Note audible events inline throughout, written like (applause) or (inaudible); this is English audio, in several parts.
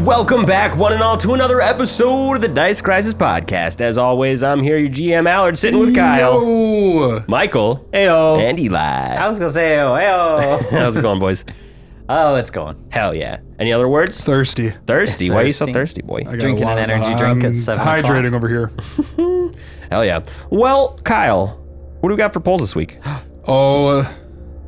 Welcome back, one and all, to another episode of the Dice Crisis Podcast. As always, I'm here, your GM Allard, sitting with Kyle, Yo. Michael, Ayo. and Eli. I was gonna say (laughs) oh, ayo. How's it going, boys? oh, it's going. Hell yeah. Any other (laughs) words? Thirsty. Thirsty. Why are you so thirsty, Thirsty. boy? I got a Drinking lot of- an energy drink at I'm seven o'clock. Hydrating over here. Hell yeah. Well, Kyle, what do we got for polls this week? Oh, uh,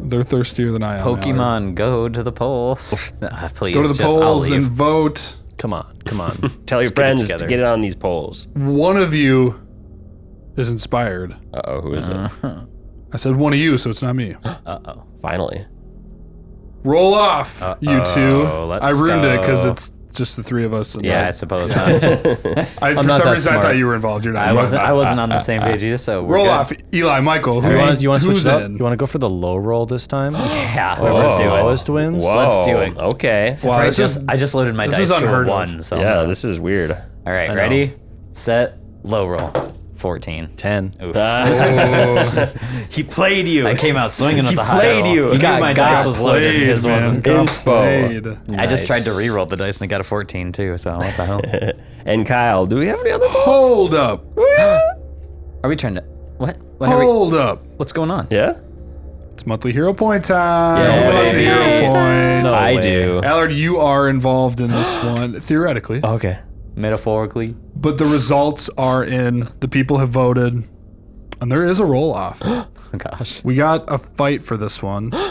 they're thirstier than I am. Mallory. Pokemon, go to the polls. (laughs) Ah, please, Go to the just, I'll polls leave. and vote. come on, come on. Tell your Let's get it friends to together. get it on these polls. One of you is inspired. Uh oh, who is it? I said one of you, so it's not (gasps) me. Finally. Roll off, you two. let's I ruined it because go. it's just the three of us. and (laughs) Yeah, I suppose I, not. I, for not some that reason, I smart. thought you were involved. You're not. I wasn't. I wasn't on the same page either. So (laughs) we're Roll good. off, Eli, Michael. Who, You want to you wanna switch who's it up? in? You want to go for the low roll this (laughs) time? (gasps) Yeah, Whoa. let's do it. Lowest wins? Whoa. Let's do it. Okay. Wow, I this is- just I just loaded my this is dice to unheard a of. one. So Yeah, this is weird. all right, know. ready, set, low roll, fourteen. 10. (laughs) Oof. he played you. I came out swinging with He the high played roll. you. He knew got- my got dice was loaded. Played, His man. wasn't. Got Inspo. played. I just tried to Nice. re-roll the dice and got a 14 too. So what the hell? And Kyle, do we have any (gasps) other polls? Hold up. Are we trying to? What? When are we, Hold up. what's going on? Yeah? It's monthly hero point time. Yeah, Lots of baby. hero points. I way. do. Allard, you are involved in (gasps) this one theoretically, Okay. Metaphorically, but the results are in. The people have voted, and there is a roll (gasps) off. oh, gosh. We got a fight for this one. (gasps)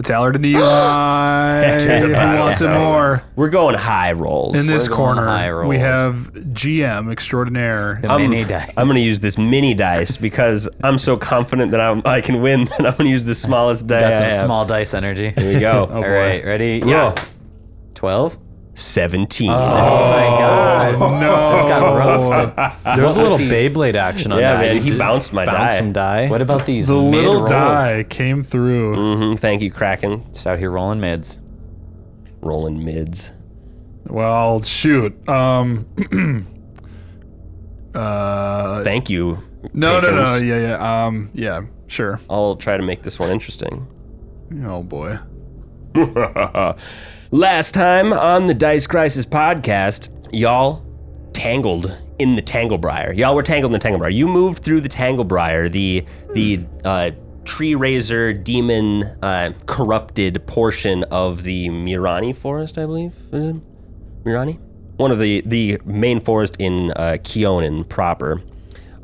It's Allard and (gasps) Eli. Check the Who bottom. wants it Yeah. more? We're going high rolls. In this We're going high corner, rolls. we have GM extraordinaire. The I'm, mini die. I'm gonna use this mini dice because I'm so confident that I'm, I can win (laughs) that I'm gonna use the smallest die. Got I some have. small dice energy. Here we go. (laughs) Oh, All right, ready? Yeah. (laughs) 12. 17. Oh my (laughs) god. no, Oh, Got roasted. There was a little Beyblade action on yeah, that. man, You he did bounced my bounce die. some die. What about these the mid little rolls? die came through. hmm Thank you, Kraken. Just out here rolling mids. Rolling mids. Well, shoot. Um. (clears throat) uh. Thank you. No, no, no. patrons. Yeah, yeah. Um. Yeah. Sure. I'll try to make this one interesting. Oh boy. Last time on the Dice Crisis podcast, y'all tangled in the Tanglebriar. Y'all were tangled in the Tanglebriar. You moved through the Tanglebriar, the the uh, tree raiser demon uh, corrupted portion of the Mirani forest, I believe. Is it Mirani? One of the the main forest in uh, Keonan proper.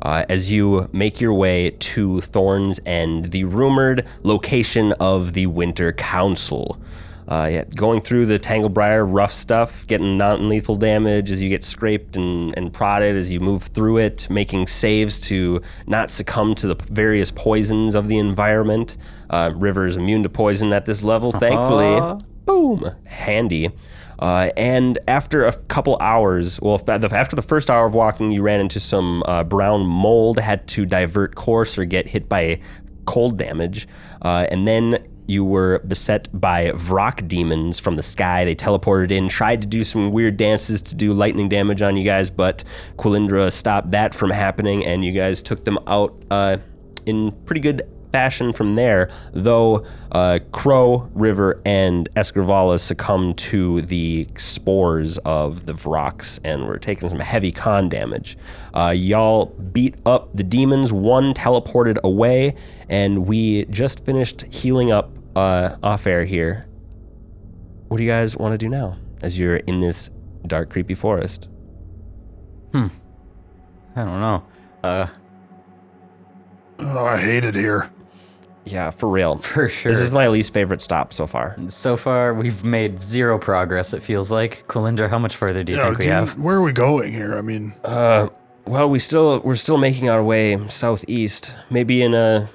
Uh, as you make your way to Thorns End, the rumored location of the Winter Council. Uh, yeah, going through the Tanglebriar, rough stuff, getting non lethal damage as you get scraped and, and prodded as you move through it, making saves to not succumb to the p- various poisons of the environment. Uh, River's immune to poison at this level, thankfully. Boom! Handy. Uh, and after a couple hours, well, fa- the- after the first hour of walking, you ran into some uh, brown mold, had to divert course or get hit by cold damage. Uh, and then you were beset by Vrock demons from the sky. They teleported in, tried to do some weird dances to do lightning damage on you guys, but Quilindra stopped that from happening, and you guys took them out uh, in pretty good fashion from there, though uh, Crow, River, and Escrivala succumbed to the spores of the Vrox and were taking some heavy con damage. Uh, y'all beat up the demons, one teleported away, and we just finished healing up uh, off air here. What do you guys want to do now as you're in this dark, creepy forest? I don't know. Uh, Oh, I hate it here. Yeah, for real. for sure. This is my least favorite stop so far. so far, we've made zero progress, it feels like. Quilindra, how much further do you Yeah, think we can- have? Oh, Where are we going here? I mean, Well, we still we're still making our way southeast. Maybe in a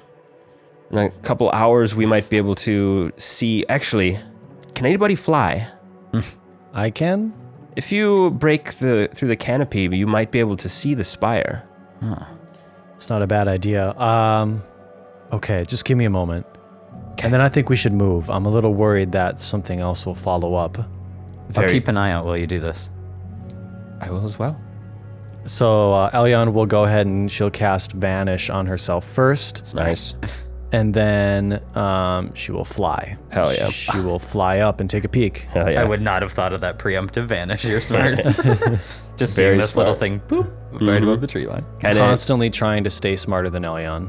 in a couple hours we might be able to see. Actually, can anybody fly? I can? If you break the through the canopy, you might be able to see the spire. It's not a bad idea. Um, okay, just give me a moment. And then I think we should move. I'm a little worried that something else will follow up. I'll Very- keep an eye out while you do this. I will as well. So uh, Elyon will go ahead and she'll cast Vanish on herself (laughs) first. It's nice. and then um, she will fly. Hell yeah. She will fly up and take a (laughs) peek. Hell Oh, yeah. I would not have thought of that preemptive vanish. (laughs) You're smart. (laughs) Just Very seeing this little smart. Mm-hmm. thing, boop, right above the tree line. Kinda- Constantly trying to stay smarter (laughs) than Elyon.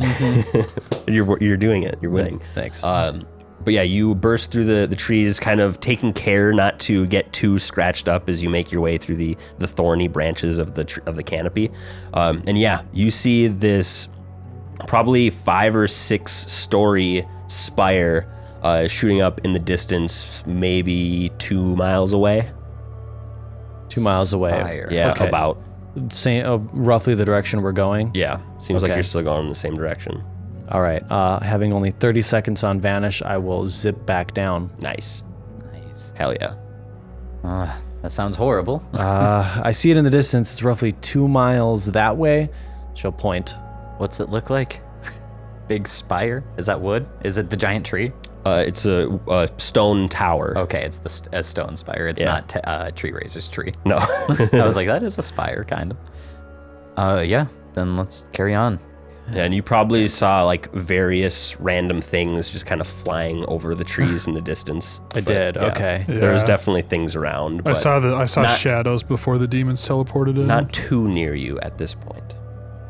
you're you're doing it. You're winning. Thanks. Um, but yeah, you burst through the, the trees, kind of taking care not to get too scratched up as you make your way through the, the thorny branches of the tr- of the canopy. Um, and yeah, you see this probably five or six story spire uh, shooting up in the distance, maybe two miles away. Two miles away. Fire. Yeah, Okay. about. Same, uh, roughly the direction we're going. Yeah, seems like Okay. you're still going in the same direction. All right. Uh, having only 30 seconds on vanish, I will zip back down. Nice. Nice. Hell yeah. Ah, that sounds horrible. Uh, I see it in the distance. It's roughly two miles that way. She'll point. What's it look like? (laughs) Big spire? Is that wood? Is it the giant tree? Uh, it's a, a stone tower. Oh. Okay, it's the st- a stone spire. It's Yeah. not t- uh, tree raiser's tree. (laughs) No. I was like, that is a spire, kind of. Uh, yeah. Then let's carry on. Yeah, and you probably saw like various random things just kind of flying over the trees in the distance. I did. yeah. Okay. There was Yeah. definitely things around, I but saw the I saw not- shadows before the demons teleported in. not too near you at this point.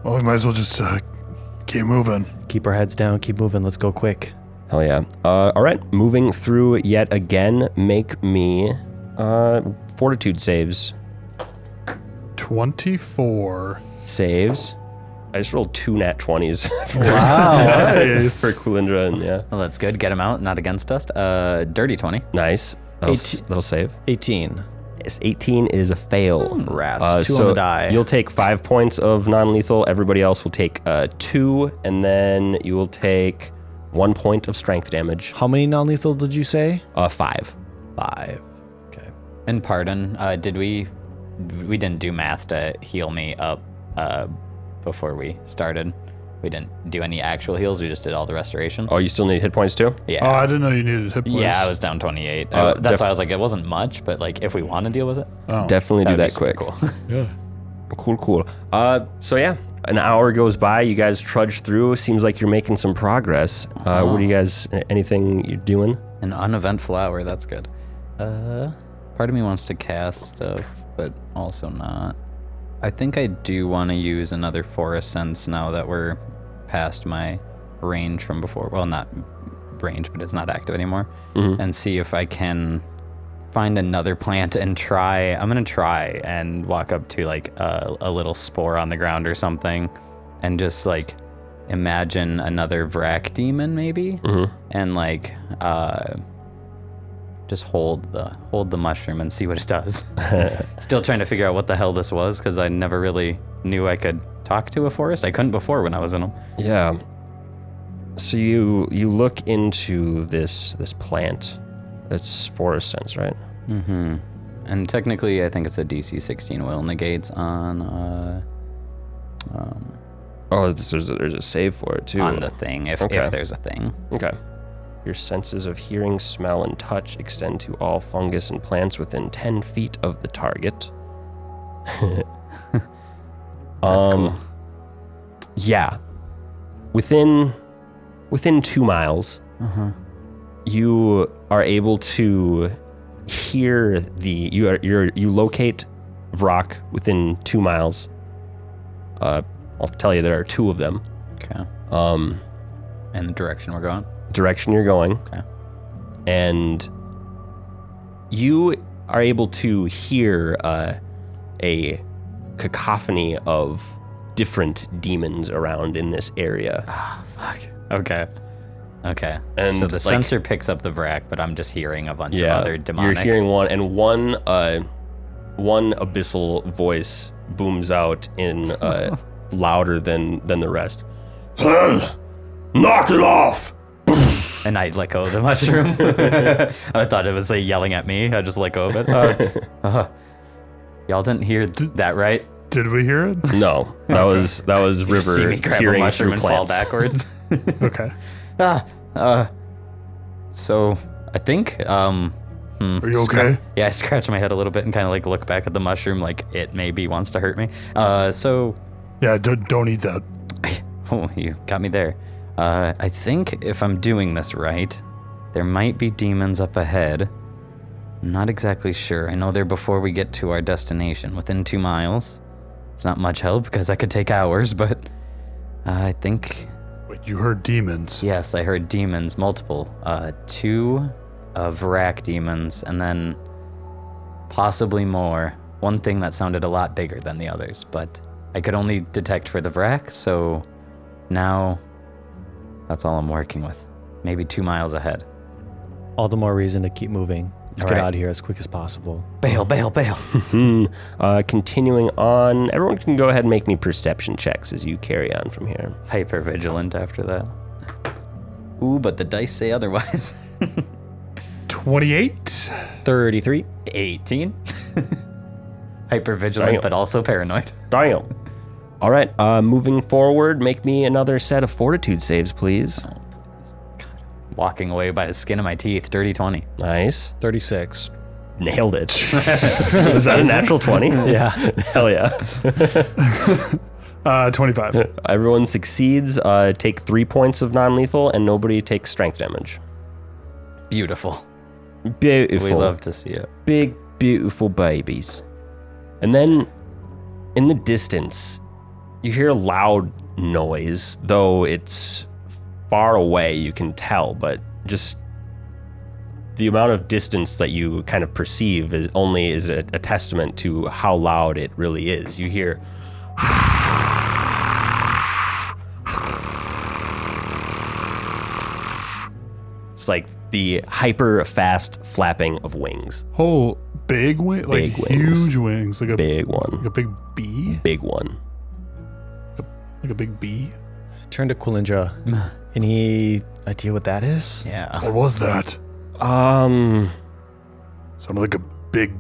well, we might as well just uh, keep moving. Keep our heads down. Keep moving. Let's go quick. Hell yeah. Uh, all right, moving through yet again. Make me uh, fortitude saves. (laughs) Twenty-four. Saves. I just rolled two nat 20s Oh, Nice. (laughs) for Kulindra, and yeah. Well, that's good. Get him out, not against us. Uh, dirty 20. Nice. That'll, s- Eighteen- that'll save. 18. Yes, 18 is a fail. rats. Uh, Two on the die. Uh, You'll take five points of non lethal. Everybody else will take uh, two, and then you will take one point of strength damage. How many non lethal did you say? Uh, five. Five. Okay. And pardon, uh, did we? We didn't do math to heal me up uh, before we started. We didn't do any actual heals. We just did all the restorations. Oh, you still need hit points too? yeah. Oh, I didn't know you needed hit points. yeah, I was down 28. I- Uh, that's def- why I was like, it wasn't much, but like, if we want to deal with it, Oh. Definitely do that'd be that super quick. (laughs) Cool, cool. Uh, so, yeah, an hour goes by. You guys trudge through. Seems like you're making some progress. Uh-huh. Uh, What do you guys, a- anything you're doing? An uneventful hour. That's good. Uh, part of me wants to cast stuff, but also not. I think I do want to use another forest sense now that we're past my range from before. Well, not range, but it's not active anymore. And see if I can find another plant and try. I'm gonna try and walk up to like a, a little spore on the ground or something, and just like imagine another Vrak demon maybe, Mm-hmm. and like uh, just hold the hold the mushroom and see what (laughs) it does. Still trying to figure out what the hell this was because I never really knew I could talk to a forest. I couldn't before when I was in them. Yeah. So you you look into this this plant. It's forest sense, right? Mm-hmm. And technically, I think it's a DC 16 will negates on uh, um, Oh, this- there's a, there's a save for it too. on the thing if Okay. if there's a thing. okay. Your senses of hearing, smell, and touch extend to all fungus and plants within 10 feet of the target. (laughs) That's Um, cool. Yeah. Within within 2 miles, you are able to hear the you are you're, you locate Vrock within 2 miles. Uh, I'll tell you there are two of them. Okay. Um, And the direction we're going. direction you're going. Okay. And you are able to hear uh, a cacophony of different demons around in this Ah, area. Fuck. Okay. Okay. And, so the like- sensor picks up the vrack, but I'm just hearing a bunch of other demonic. You're hearing one, and one uh, one abyssal voice booms out in (laughs) uh, louder than than the rest. (clears throat) Knock it off! and I let go of the (laughs) mushroom. (laughs) I thought it was like yelling at me. I just let go of it. (laughs) Uh, uh, y'all didn't hear th- that, right? Did we hear (laughs) it? No, that was that was Did you River see me grab a hearing mushroom through and fall plants. (laughs) backwards. (laughs) Okay. ah, uh, so I think um, Are you okay? yeah, I scratch my head a little bit and kind of like look back at the mushroom, like it maybe wants to hurt me. Uh, so Yeah. Don't, don't eat that. (laughs) Oh, you got me there. Uh, I think if I'm doing this right, there might be demons up ahead. I'm not exactly sure. I know they're before we get to our destination, within two miles. It's not much help because I could take hours, (laughs) but uh, I think Wait, you heard demons. Yes, I heard demons, multiple. Uh, two uh, Vrak demons, and then possibly more. One thing that sounded a lot bigger than the others, but I could only detect for the Vrak, so now that's all I'm working with. Maybe two miles ahead. All the more reason to keep moving. Let's All get right. out of here as quick as possible. Bail, bail, (laughs) bail. Hmm. Uh, continuing on, everyone can go ahead and make me perception checks as you carry on from here. Hyper vigilant after that. Ooh, but the dice say otherwise. (laughs) 28? 33. (laughs) 18? Hyper Dang it. vigilant, but also paranoid. (laughs) Daniel. All right. Uh, moving forward, make me another set of fortitude saves, please. Walking away by the skin of my teeth, dirty 20. Nice. 36. Nailed it. Is that a natural 20? Yeah. (laughs) Hell yeah. Uh, 25. Everyone succeeds. Uh, take three points of non lethal, and nobody takes strength damage. Beautiful. Beautiful. We love to see (sighs) it. big, beautiful babies. And then in the distance, you hear a loud noise, though it's far away, you can tell, but just the amount of distance that you kind of perceive is only is a, a testament to how loud it really is. You hear (sighs) it's like the hyper fast flapping of wings. Oh, big wing? Like Big wings. huge wings. Like a big. Big like a one. big bee? Big one. Like a big bee? Turn to Quilindra. Any idea what that is? Yeah. What was that? Um Sounded like a big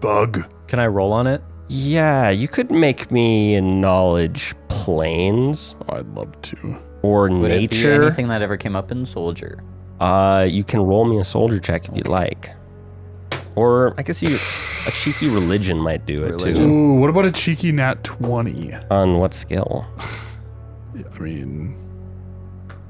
bug. Can I roll on it? Yeah, you could make me a knowledge planes I'd love to. or Would it be nature. anything that ever came up in Soldier? Uh, you can roll me a soldier check if you'd like, or I guess you a cheeky religion might do it Religion. Ooh, what about a cheeky nat 20? too. On what skill? Yeah, I mean,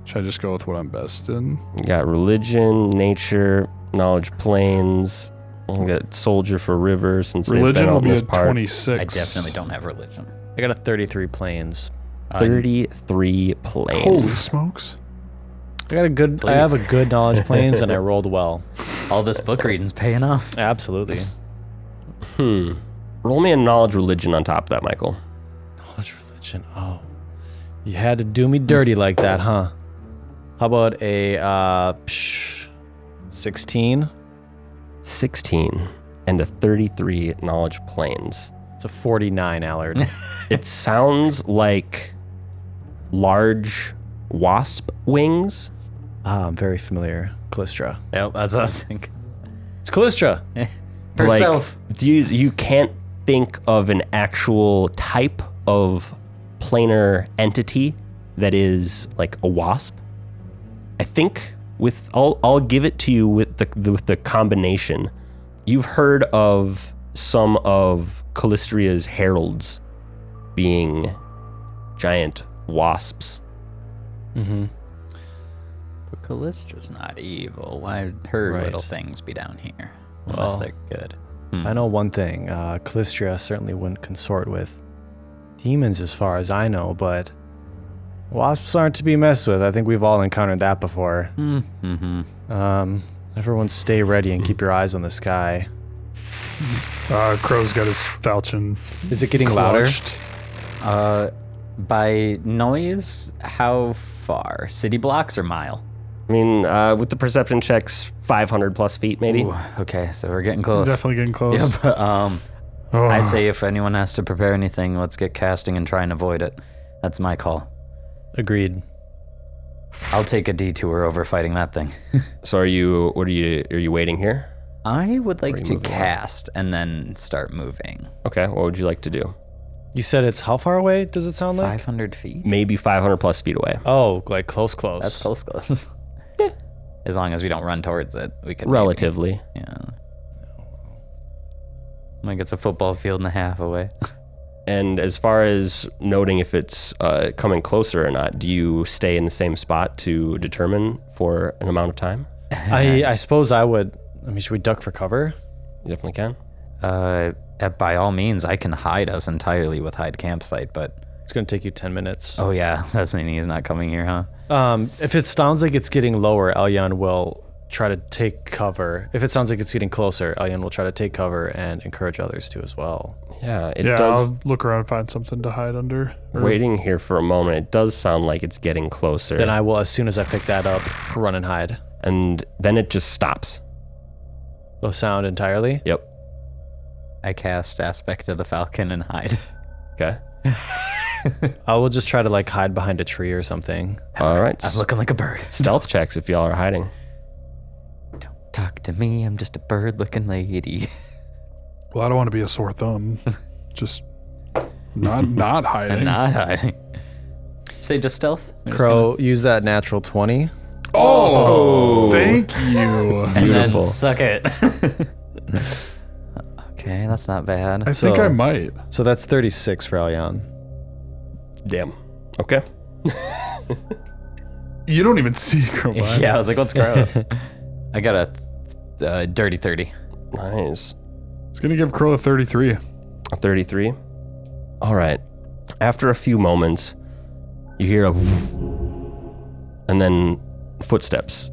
should I just go with what I'm best in? You got religion, nature, knowledge planes. You got soldier for river since they've Religion been will on be this a part. 26. I definitely don't have religion. I got a 33 planes. Uh, Thirty-three planes. Holy smokes. I got a good. I Please. have a good (laughs) knowledge planes, and I rolled well. all this book reading's paying off. Absolutely. (laughs) Hmm. Roll me a knowledge religion on top of that, Michael. Knowledge religion. Oh, you had to do me dirty like that, huh? How about a uh, psh, 16? Sixteen and a thirty-three knowledge planes. It's a 49, Allard. It sounds like large wasp wings. ah, I'm very familiar. Callistra. (laughs) Yep, that's what I was thinking. It's Callistra. Like, Herself. you you can't think of an actual type of planar entity that is like a wasp. I think with I'll I'll give it to you with the, the with the combination. You've heard of some of Callistria's heralds being giant wasps. Mm-hmm. But Callistra's not evil. Why would her Right. little things be down here? Unless Well. they're good. I know one thing. Uh, Callistra certainly wouldn't consort with demons, as far as I know, but wasps aren't to be messed with. I think we've all encountered that before. Mm-hmm. Um, everyone, stay ready and keep your eyes on the sky. Uh, Crow's got his falchion. Is it getting louder? clutched. Uh, by noise, how far? City blocks or mile? I mean, uh, with the perception checks, 500 plus feet, maybe. Ooh, okay, so we're getting close. Definitely getting close. (laughs) Yep. Um, Oh, (sighs) I say if anyone has to prepare anything, let's get casting and try and avoid it. That's my call. Agreed. I'll take a detour over fighting that thing. So are you? What are you? Are you waiting here? I would like to moving on? cast and then start moving. Okay. What would you like to do? You said it's how far away? Does it sound like? 500 feet? Maybe 500 plus feet away. Oh, like close, close. That's close, close. (laughs) as long as we don't run towards it, we can. maybe- Relatively. Yeah. Like it's a football field and a half away. And as far as noting if it's uh, coming closer or not, do you stay in the same spot to determine for an amount of time? I, I suppose I would. I mean, should we duck for cover? You definitely can. (laughs) Uh, uh, by all means, I can hide us entirely with hide campsite, but It's going to take you 10 minutes. oh yeah, (laughs) that's meaning he's not coming here, huh? Um, if it sounds like it's getting lower, Elyon will try to take cover. If it sounds like it's getting closer, Elyon will try to take cover and encourage others to as well. Yeah, it yeah, does. I'll look around and find something to hide under. or- Waiting here for a moment, it does sound like it's getting closer. Then I will, as soon as I pick that up, run and hide. and then it just stops. No sound entirely. Yep. I cast aspect of the falcon and hide. Okay. I will just try to like hide behind a tree or something. All (laughs) right. (laughs) I'm looking like a bird. Stealth checks if y'all are hiding. Don't talk to me. I'm just a bird-looking lady. Well, I don't want to be a sore thumb. Just not not hiding. (laughs) not hiding. Say just stealth. We're just Crow, gonna- use that natural 20. Oh, thank you. and Beautiful. then suck it. (laughs) okay, that's not bad. I think I So- might. So that's 36 for Elyon. Damn. Okay. You don't even (laughs) see Crowbar. (laughs) yeah, I was like, what's Crow? (laughs) I got a th- uh, dirty thirty. Nice. It's gonna give Crow a 33. A 33. All right. After a few moments, you hear a and then footsteps.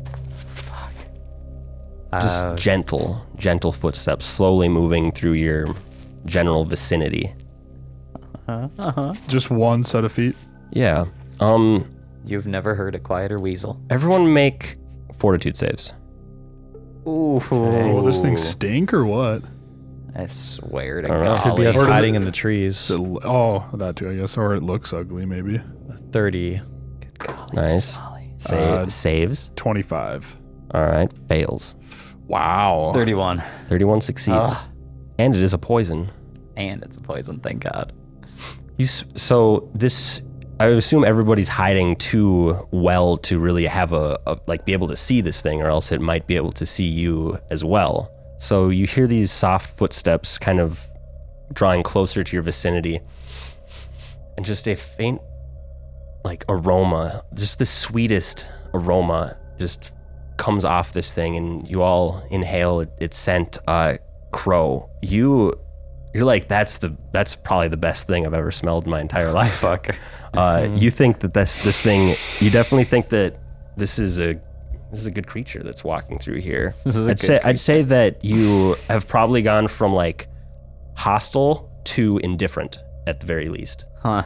Just Uh, gentle, gentle footsteps slowly moving through your general vicinity. Just one set of feet. Yeah. Um You've never heard a quieter weasel. everyone make fortitude saves. Ooh. Oh, this thing stink or what? I swear to I don't know. God. Could Could be us Or does hiding it- in the trees. It l- Oh, that too, I guess. Or it looks ugly, maybe. 30. Nice. Save, Uh, saves. 25. All right. Fails. Wow. 31. 31 succeeds. Ah. And it is a poison. And it's a poison, thank God. You s- so this I assume everybody's hiding too well to really have a, a like be able to see this thing or else it might be able to see you as well. So you hear these soft footsteps kind of drawing closer to your vicinity and just a faint like aroma, just the sweetest aroma just comes off this thing and you all inhale it, its scent uh crow. You you're like that's the that's probably the best thing I've ever smelled in my (laughs) entire life. Fuck. Uh, you think that this this thing you definitely think that this is a this is a good creature that's walking through here. This is a I'd good say I'd say that you have probably gone from like hostile to indifferent at the very least. Huh.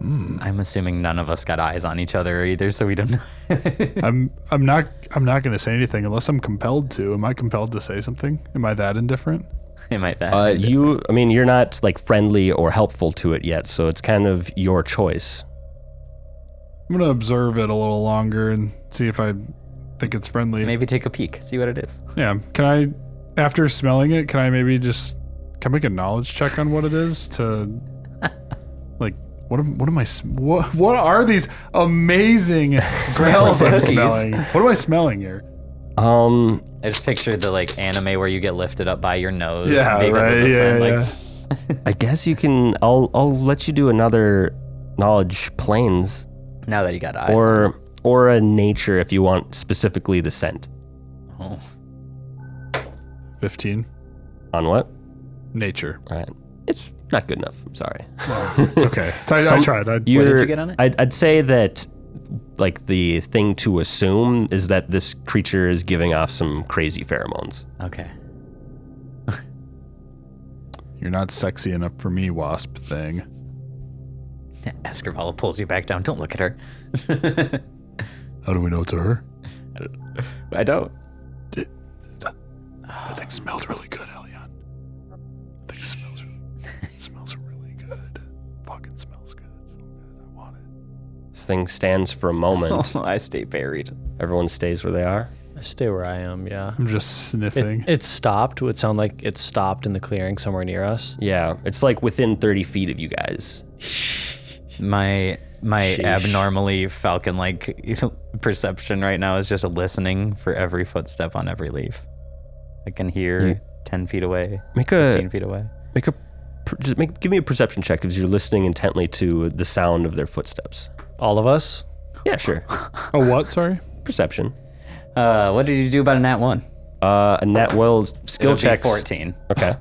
I'm assuming none of us got eyes on each other either, so we don't (laughs) know. I'm I'm not I'm not gonna say anything unless I'm compelled to. Am I compelled to say something? Am I that indifferent? Am I that? Uh, you I mean you're not like friendly or helpful to it yet, so it's kind of your choice. I'm gonna observe it a little longer and see if I think it's friendly. Maybe take a peek, see what it is. Yeah. Can I after smelling it, can I maybe just can I make a knowledge check on what it is to (laughs) like what am what am I sm- what (laughs) what are these (laughs) amazing smells I'm cookies. smelling? What am I smelling here? Um I just pictured the like anime where you get lifted up by your nose Yeah, because right. of the yeah, sun. Like, yeah. I guess you can I'll I'll let you do another knowledge planes now that you got eyes. or or a nature if you want specifically the scent. on. Fifteen. On what? Nature. All right. It's not good enough. I'm (laughs) sorry. It's okay. I, I Some- tried. I, You're- did you get on it? I'd, I'd say that like the thing to assume is that this creature is giving off some crazy pheromones. Oh, okay. You're not sexy enough for me, wasp thing. Escarvala pulls you back down. Don't look at her. How do we know it's a her? I don't. That thing smelled really good, Elion. That thing smells really, it smells really good. Fucking smells good. So good. I want it. This thing stands for a (laughs) moment. (laughs) I stay buried. Everyone stays where they are. I stay where I am, yeah. I'm just (laughs) sniffing. It, it stopped. It would sound like it stopped in the clearing somewhere near us. Yeah, it's like within 30 feet of you guys. My my Sheesh. abnormally falcon (laughs) like perception right now is just listening for every footstep on every leaf. I can hear ten feet away, Make a fifteen feet away. make a per- just make give me a perception check because you're listening intently to the sound of their footsteps. All of us? Yeah, sure. Oh, what? Sorry. (laughs) Perception. Uh, what did you do about a nat one? Uh, and that will skill It'll be checks. Fourteen. (laughs) Okay.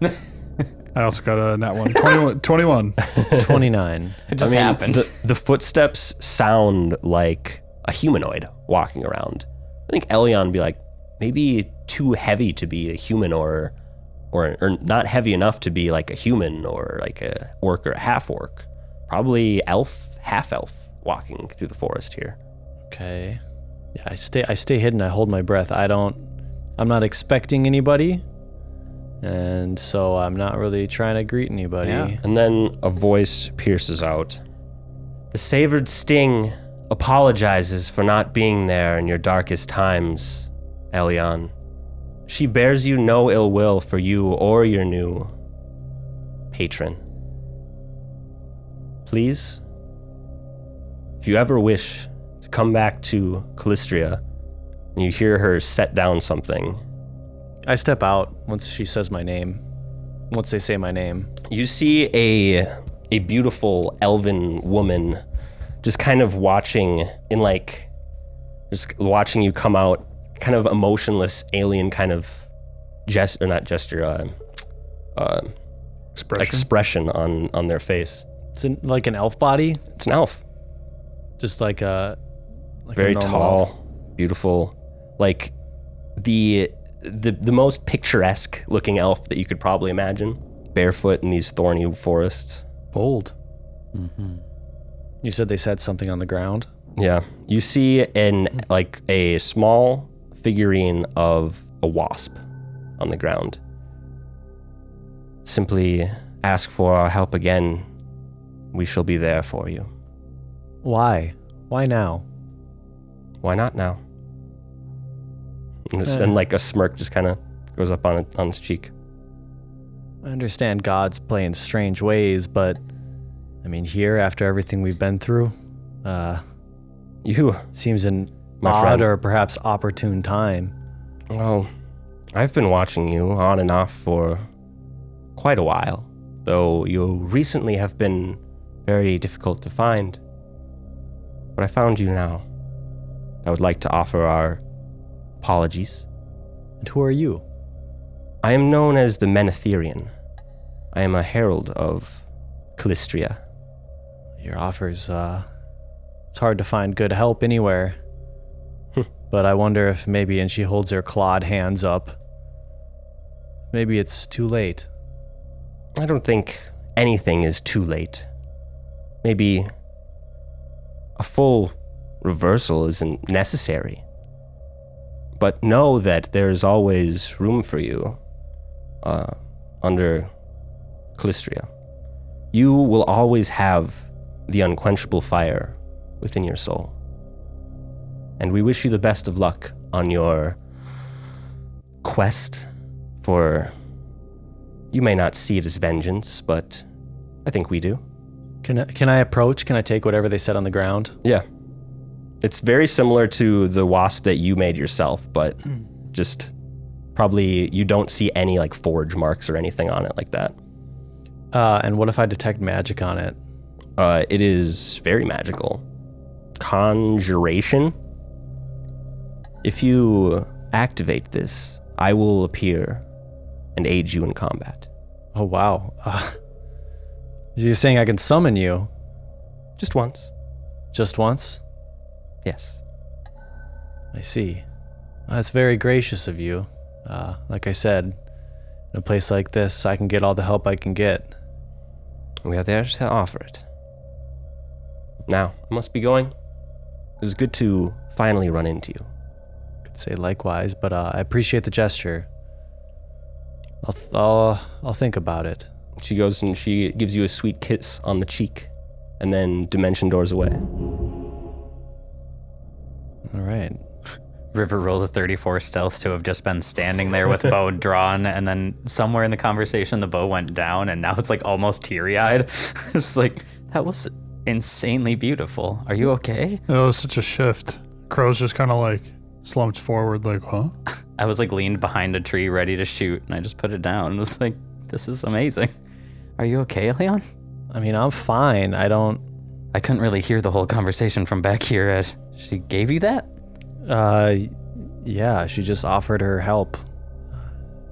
I also got a nat one. (laughs) 21. 21. 29. It just happened. The, the footsteps sound like a humanoid walking around. I think Elion would be like, maybe too heavy to be a human or, or, or not heavy enough to be like a human or like a orc or a half orc. Probably elf, half elf walking through the forest here. Okay. Yeah, I stay I stay hidden. I hold my breath. I don't I'm not expecting anybody. And so I'm not really trying to greet anybody. Yeah. And then a voice pierces out. The savored sting apologizes for not being there in your darkest times, Elion. She bears you no ill will for you or your new patron. Please, if you ever wish to come back to Callistria and you hear her set down something, I step out once she says my name. Once they say my name. you see a a beautiful elven woman just kind of watching in like just watching you come out kind of emotionless alien kind of gest or not gesture uh, uh, Expression. expression on on their face It's an, like an elf body, it's an elf just like a like a very normal tall elf. beautiful like the the the most picturesque looking elf that you could probably imagine barefoot in these thorny forests Bold. You said they said something on the ground. Yeah. You see an like a small figurine of a wasp on the ground. Simply ask for our help again. We shall be there for you. Why? Why now? Why not now? And, it's- and, like a smirk just kind of goes up on it, on his cheek. I understand God's playing strange ways, but I mean, here after everything we've been through, uh, You, seems an My odd friend. or perhaps opportune time. well, I've been watching you on and off for quite a while, though you recently have been very difficult to find. But I found you now. I would like to offer our apologies. And who are you? I am known as the Menetherian. I am a herald of Callistria. Your offers, uh, it's hard to find good help anywhere. Hmm. but I wonder if maybe, and she holds her clawed hands up, maybe it's too late. I don't think anything is too late. Maybe a full reversal isn't necessary. But know that there is always room for you uh, under Calistria. You will always have the unquenchable fire within your soul. And we wish you the best of luck on your quest for you may not see it as vengeance, but I think we do. Can I, can I approach? Can I take whatever they said on the ground? Yeah. It's very similar to the wasp that you made yourself, but just probably you don't see any like forge marks or anything on it like that. Uh, and what if I detect magic on it? Uh, it is very magical. Conjuration. If you activate this, I will appear and aid you in combat. Oh wow! Uh, you're saying I can summon you Just once. just once? Yes. I see. That's very gracious of you. Uh, like I said, in a place like this, I can get all the help I can get. We are there to offer it. Now, I must be going. It was good to finally run into you. Could say likewise, but uh, I appreciate the gesture. I'll, th- I'll I'll think about it. She goes and she gives you a sweet kiss on the cheek, and then dimension doors away. All right. River rolled a 34 stealth to have just been standing there with (laughs) bow drawn, and then somewhere in the conversation the bow went down, and now it's like almost teary eyed. (laughs) it's like that was insanely beautiful. Are you okay? That was such a shift. Crow's just kind of like slumped forward, like, huh? Ah, I was like leaned behind a tree ready to shoot, and I just put it down and was like, "This is amazing." (laughs) Are you okay, Leon? I mean, I'm fine. I don't. I couldn't really hear the whole conversation from back here. Uh, she gave you that? Uh, yeah, she just offered her help.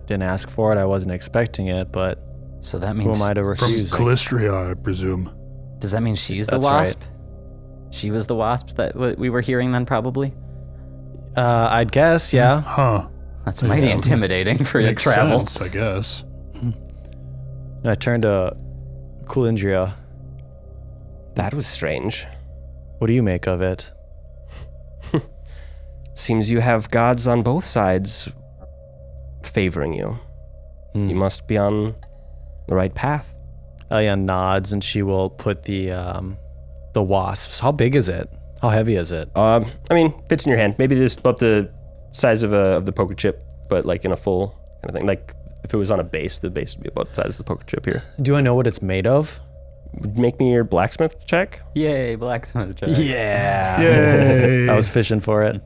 Didn't ask for it. I wasn't expecting it, but So that who means am I to From refuse? like- Calistria, I presume. does that mean she's the That's right. wasp? She was the wasp that w- we were hearing then, probably. Uh, I'd guess, yeah. Huh. That's mighty Yeah. intimidating for a Makes travel. sense, I guess. And I turned to Kulindria. That was strange. What do you make of it? Seems you have gods on both sides favoring you. Hmm. You must be on the right path. Elian uh, nods, and she will put the um, the wasps. How big is it? How heavy is it? Um, I mean, fits in your hand. Maybe just about the size of a of the poker chip, but like in a full kind of thing. Like if it was on a base, the base would be about the size of the poker chip here. Do I know what it's made of? Make me your blacksmith check. Yay, blacksmith. check. Yeah. Yay. (laughs) I was fishing for it.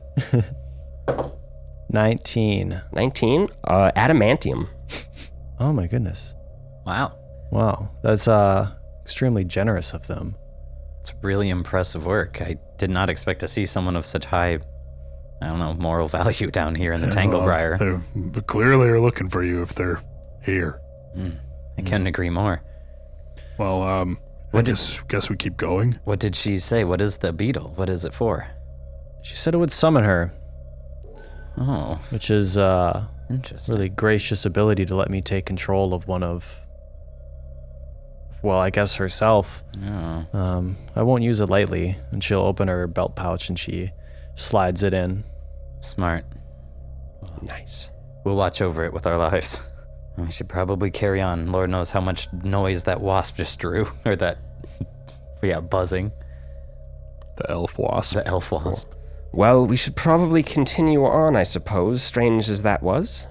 19. Nineteen. Uh, adamantium. Oh my goodness. Wow, Wow. That's uh extremely generous of them. it's really impressive work. I did not expect to see someone of such high, I don't know, moral value (laughs) down here in the Tanglebriar. They clearly are looking for you if they're here. I couldn't agree more. Well, um, I What did- guess, guess we keep going. What did she say? What is the beetle? What is it for? She said it would summon her, Oh, which is uh interesting. really gracious ability to let me take control of one of well, I guess herself. Oh. Um, I won't use it lightly, and she'll open her belt pouch and she slides it in. Smart. Nice. We'll watch over it with our lives. (laughs) We should probably carry on. Lord knows how much noise that wasp just drew, (laughs) or that, yeah, buzzing. The elf wasp. The elf wasp. Well, we should probably continue on, I suppose. Strange as that was.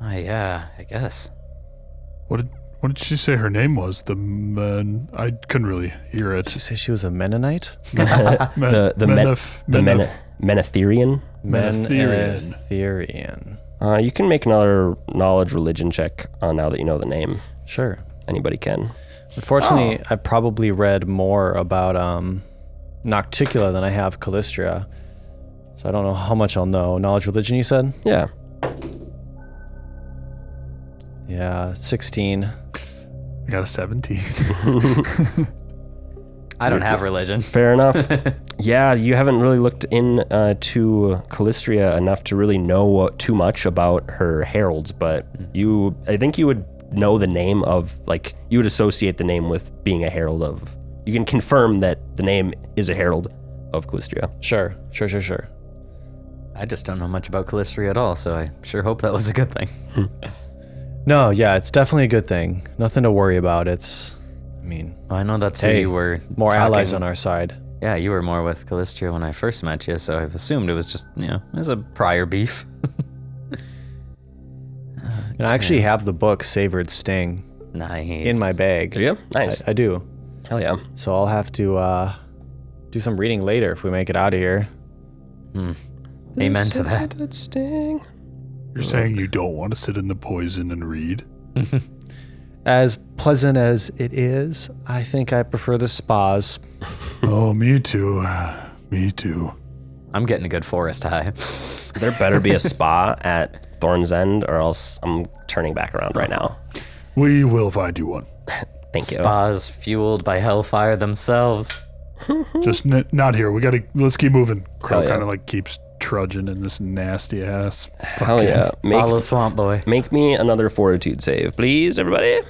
Ah, yeah, I guess. What did, what did she say her name was? The men. I couldn't really hear it. She says she was a Mennonite? Men- (laughs) the the men, Menef- the Menef- men, Menetherian. Menetherian. Menetherian. Uh, you can make another knowledge religion check uh, now that you know the name. Sure. Anybody can. Unfortunately, I probably read more about um, Nocticula than I have Callistria. So I don't know how much I'll know. Knowledge religion, you said? Yeah. Yeah, 16. I got a 17. I don't (laughs) have religion. Fair (laughs) enough. yeah, you haven't really looked in uh, to Callistria enough to really know uh, too much about her heralds, but you, I think you would know the name of, like, you would associate the name with being a herald of. You can confirm that the name is a herald of Callistria. Sure, sure, sure, sure. I just don't know much about Callistria at all, so I sure hope that was a good thing. No, yeah, it's definitely a good thing. Nothing to worry about. It's, I mean, I know that's who Hey, you were. more talking- allies on our side. Yeah, you were more with Callistria when I first met you, so I've assumed it was just, you know, it was a prior beef. (laughs) And I actually have the book Savored Sting nice. in my bag. Yeah, I, nice. I do. Hell yeah. So I'll have to uh, do some reading later if we make it out of here. Hmm. Amen to that. That sting. You're saying you don't want to sit in the poison and read? As pleasant as it is, I think I prefer the spas. oh, me too. (sighs) Me too. I'm getting a good forest (laughs) high. There better (laughs) be a spa at Thorn's End, or else I'm turning back around right now. We will find you one. Thank you. Spas fueled by hellfire themselves. Just n- not here. We gotta let's keep moving. Crow yeah. kind of like keeps trudging in this nasty ass. Hell yeah. Make, Follow Swamp Boy. make me another fortitude save, please, everybody.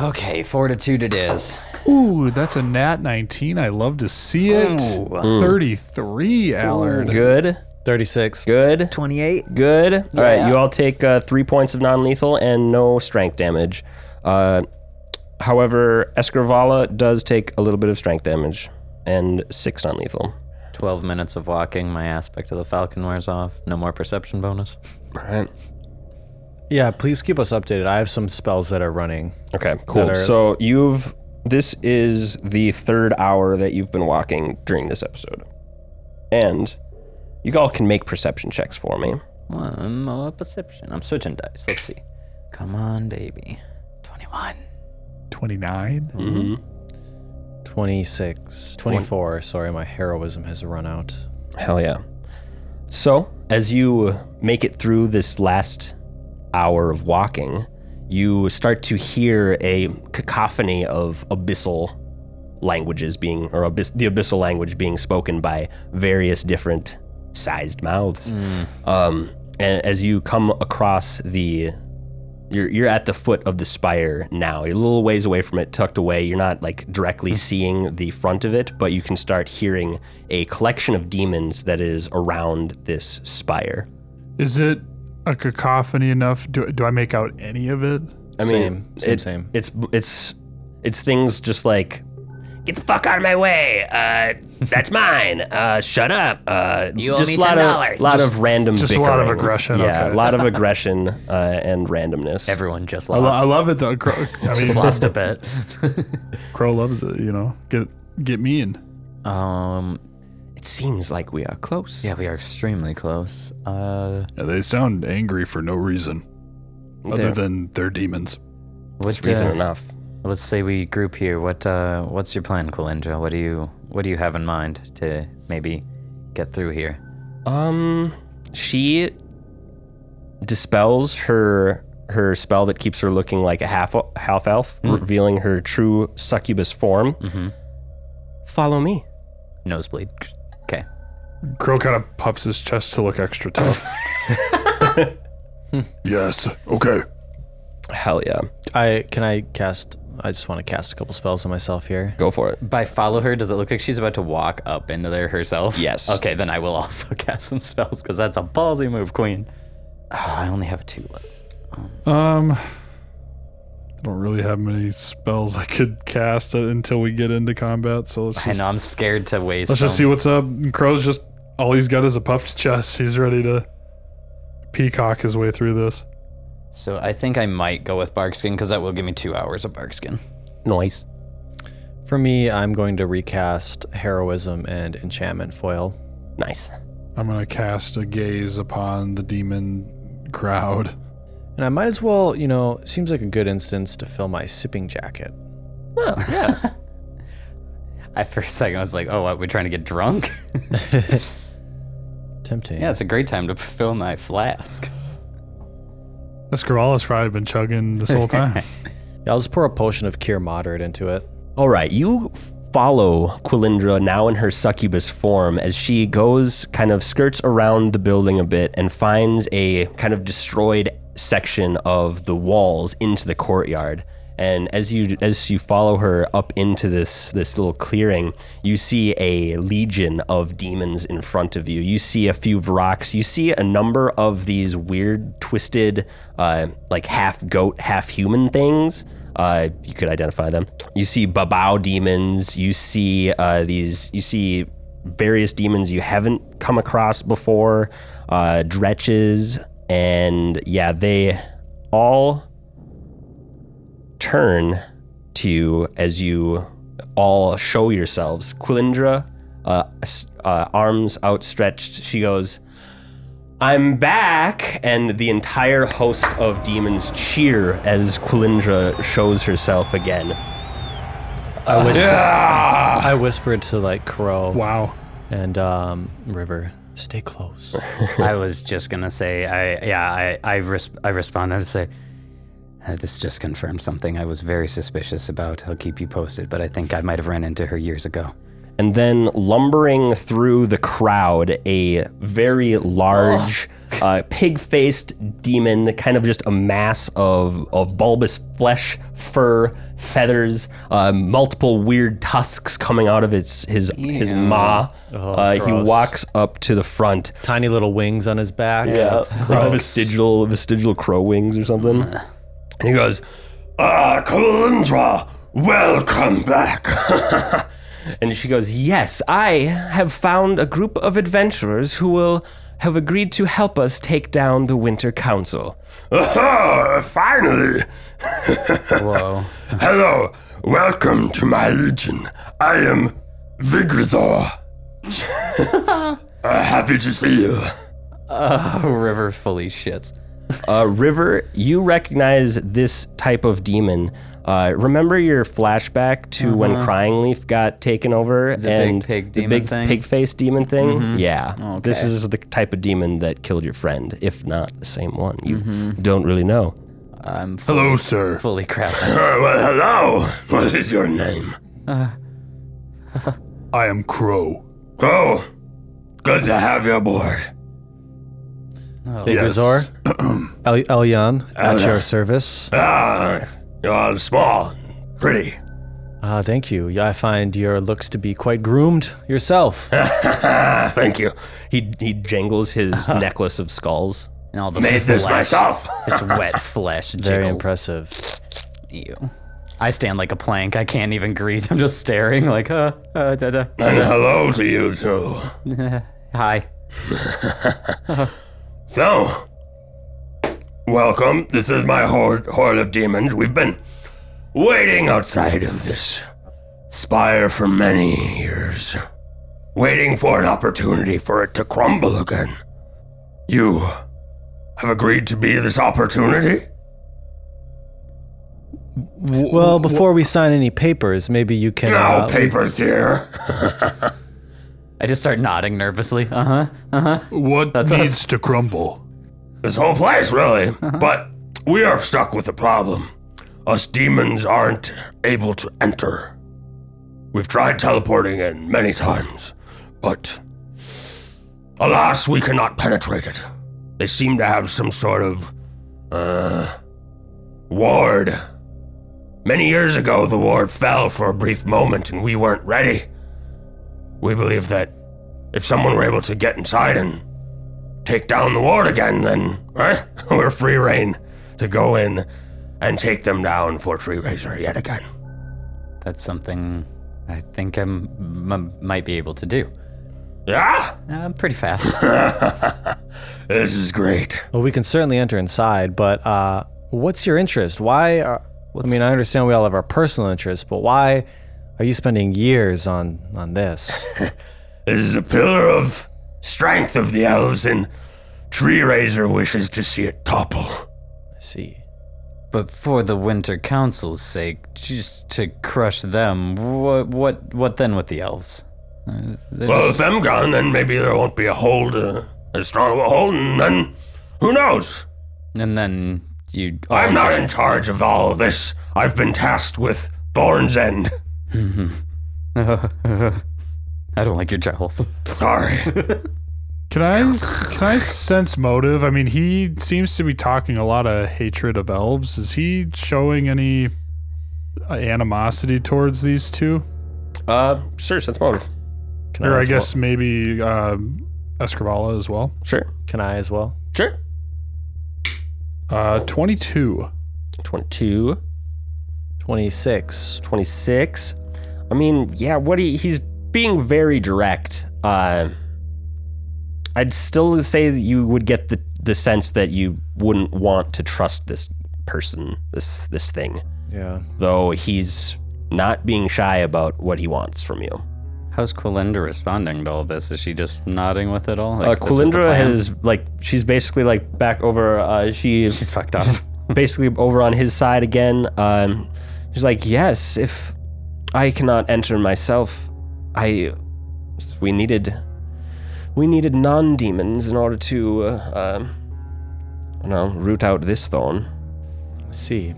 Okay, fortitude it is. Ooh, that's a nat 19. I love to see it. 33, Allard. Good. 36. Good. 28. Good. All right, Yeah. you all take uh, three points of non-lethal and no strength damage. Uh, however, Escrivala does take a little bit of strength damage and six non-lethal. 12 minutes of walking, my aspect of the falcon wears off. No more perception bonus. All right. Yeah, please keep us updated. I have some spells that are running. Okay. Cool. are- So you've this is the third hour that you've been walking during this episode, and You all can make perception checks for me. One more perception. I'm switching dice. Let's see. Come on, baby. 21. 29? Mm-hmm. 26, 24. Sorry, my heroism has run out. Hell yeah. So, as you make it through this last hour of walking, you start to hear a cacophony of abyssal languages being, or abyss, the abyssal language being spoken by various different sized mouths. Um, and as you come across the you're you're at the foot of the spire now. You're a little ways away from it, tucked away. You're not like Hmm. directly seeing the front of it, but you can start hearing a collection of demons that is around this spire. Is it a cacophony enough? Do, do I make out any of it? I Same, same, it- same. It's it's it's things just like get the fuck out of my way. Uh, that's mine. Uh, shut up. Uh, You owe just me lot $10. Of, lot of random. just a lot of bickering. aggression, Yeah, okay. a (laughs) lot of aggression uh, and randomness. Everyone just I, lost. lo- I love it though. Crow, I mean, just lost a bit. Crow loves it, you know? Get get mean. Um, it seems like we are close. yeah, we are extremely close. Uh, Yeah, they sound angry for no reason other than they're demons. what, reason uh, enough. let's say we group here. What, uh, what's your plan, Kalinja? What do you, what do you have in mind to maybe get through here? Um, she dispels her her spell that keeps her looking like a half half elf, revealing her true succubus form. Follow me. Nosebleed. Okay. Crow kind of puffs his chest to look extra tough. (laughs) yes. Okay. Hell yeah, I can I cast? I just want to cast a couple spells on myself here. go for it. By follow her, does it look like she's about to walk up into there herself? Yes. Okay, then I will (laughs) also cast some spells because that's a ballsy move, Queen. (sighs) Ah, I only have two left. Um, I don't really have many spells I could cast uh, until we get into combat, so let's I just, know I'm scared to waste. let's just see them. what's up. And Crow's just all he's got is a puffed chest. He's ready to peacock his way through this. So I think I might go with Barkskin because that will give me two hours of (laughs) Barkskin. Noise. For me, I'm going to recast heroism and enchantment foil. Nice. I'm gonna cast a gaze upon the demon crowd. And I might as well, you know, seems like a good instance to fill my sipping jacket. I for a second I was like, oh, what? We're trying to get drunk? (laughs) Tempting. yeah, it's a great time to fill my (laughs) flask. This Corvallis probably been chugging this (laughs) whole time. Yeah, I'll just pour a potion of cure moderate into it. All right, you follow Quilindra now in her succubus form as she goes kind of skirts around the building a bit and finds a kind of destroyed section of the walls into the courtyard. And as you as you follow her up into this this little clearing, you see a legion of demons in front of you. You see a few Vrocks. You see a number of these weird, twisted, uh, like half goat, half human things. Uh, you could identify them. You see Babao demons. You see uh, these. You see various demons you haven't come across before, uh, dretches, and yeah, they all turn to you as you all show yourselves. Quilindra, uh, s- uh, arms outstretched, she goes. I'm back! And the entire host of demons cheer as Quilindra shows herself again. I whispered, Ah. I whispered to like Crow wow. and um, River, stay close. I was just gonna say, I yeah, I I, res- I respond. I would say, uh, this just confirmed something I was very suspicious about. I'll keep you posted, but I think I might have ran into her years (laughs) ago. And then lumbering through the crowd, a very large, uh, pig faced demon, kind of just a mass of, of bulbous flesh, fur, feathers, uh, multiple weird tusks coming out of its his, his maw. uh, he gross. walks up to the front. Tiny little wings on his back. Uh, Like vestigial, vestigial crow wings or something. And he goes, Ah, Kalundra, welcome back. (laughs) and she goes, Yes, I have found a group of adventurers who will have agreed to help us take down the Winter Council. Oh, finally! Whoa. Hello! Welcome to my legion. I am Vigrizor. Uh, happy to see you. Oh, River fully shits. Uh, River, you recognize this type of demon. Uh, remember your flashback to when Crying Leaf got taken over Uh-huh. The big and pig the demon big thing? Mm-hmm. Oh, pig face demon thing? Yeah. This Okay. is the type of demon that killed your friend, if not the same one. You Mm-hmm. don't really know. I'm full, Hello, sir. fully crap. Uh, well, hello. What is your name? I am Crow. Oh, good to have you aboard. Big Yes. (clears throat) Bazar, El- Elyon, at your service. Ah, you're small, pretty. Ah, thank you. Yeah, I find your looks to be quite groomed yourself. Ah, thank you. He, he jangles (laughs) his necklace of skulls. And all the Made this flesh, myself. (laughs) this wet flesh jiggles. Very impressive. Ew. I stand like a plank. I can't even greet. (laughs) I'm just staring like, uh, uh, da, da, da, And hello to you too. da. Hi. So, welcome. This is my horde, horde of demons. We've been waiting outside of this spire for many years, waiting for an opportunity for it to crumble again. You have agreed to be this opportunity? Well, before we sign any papers, maybe you can. No uh, papers here. I just start nodding nervously. Uh huh. Uh huh. What needs to crumble? This whole place, really. But we are stuck with a problem. Us demons aren't able to enter. We've tried teleporting in many times, but alas, we cannot penetrate it. They seem to have some sort of uh ward. Many years ago, the ward fell for a brief moment and we weren't ready. We believe that if someone were able to get inside and take down the ward again, then eh? (laughs) we're free reign to go in and take them down for Tree Razor yet again. That's something I think I m- m- might be able to do. Yeah? Uh, pretty fast. (laughs) This is great. Well, we can certainly enter inside, but uh, what's your interest? Why? Are, I mean, I understand we all have our personal interests, but why are you spending years on on this? This is a pillar of strength of the elves, and Tree Razor wishes to see it topple. I see. But for the Winter Council's sake, just to crush them, what what what then with the elves? Uh, they're Well, if just- them gone, then maybe there won't be a hold, uh, as strong of a hold, and then who knows? and then you. all I'm not just- in charge of all of this. I've been tasked with Thorn's End. (laughs) (laughs) I don't like your jowls. (laughs) Sorry. Can I can I sense motive? I mean, he seems to be talking a lot of hatred of elves. Is he showing any uh, animosity towards these two? (laughs) Uh, sure, sense motive. Can Or I as guess maybe um, Escrivala as well. Sure. well- can I as well? Sure. Uh, Twenty-two. 22. Twenty six. 26 i mean yeah what he, he's being very direct uh i'd still say that you would get the the sense that you wouldn't want to trust this person this this thing Yeah. though he's not being shy about what he wants from you How's Quilinda responding to all this? Is she just nodding with it all? uh, Like, this is the Quilindra plan? has like she's basically like back over uh she She's fucked (laughs) up. basically over on his side again. Um, she's like, "Yes, if I cannot enter myself, I we needed we needed non-demons in order to, uh, um, you know, root out this thorn. I see.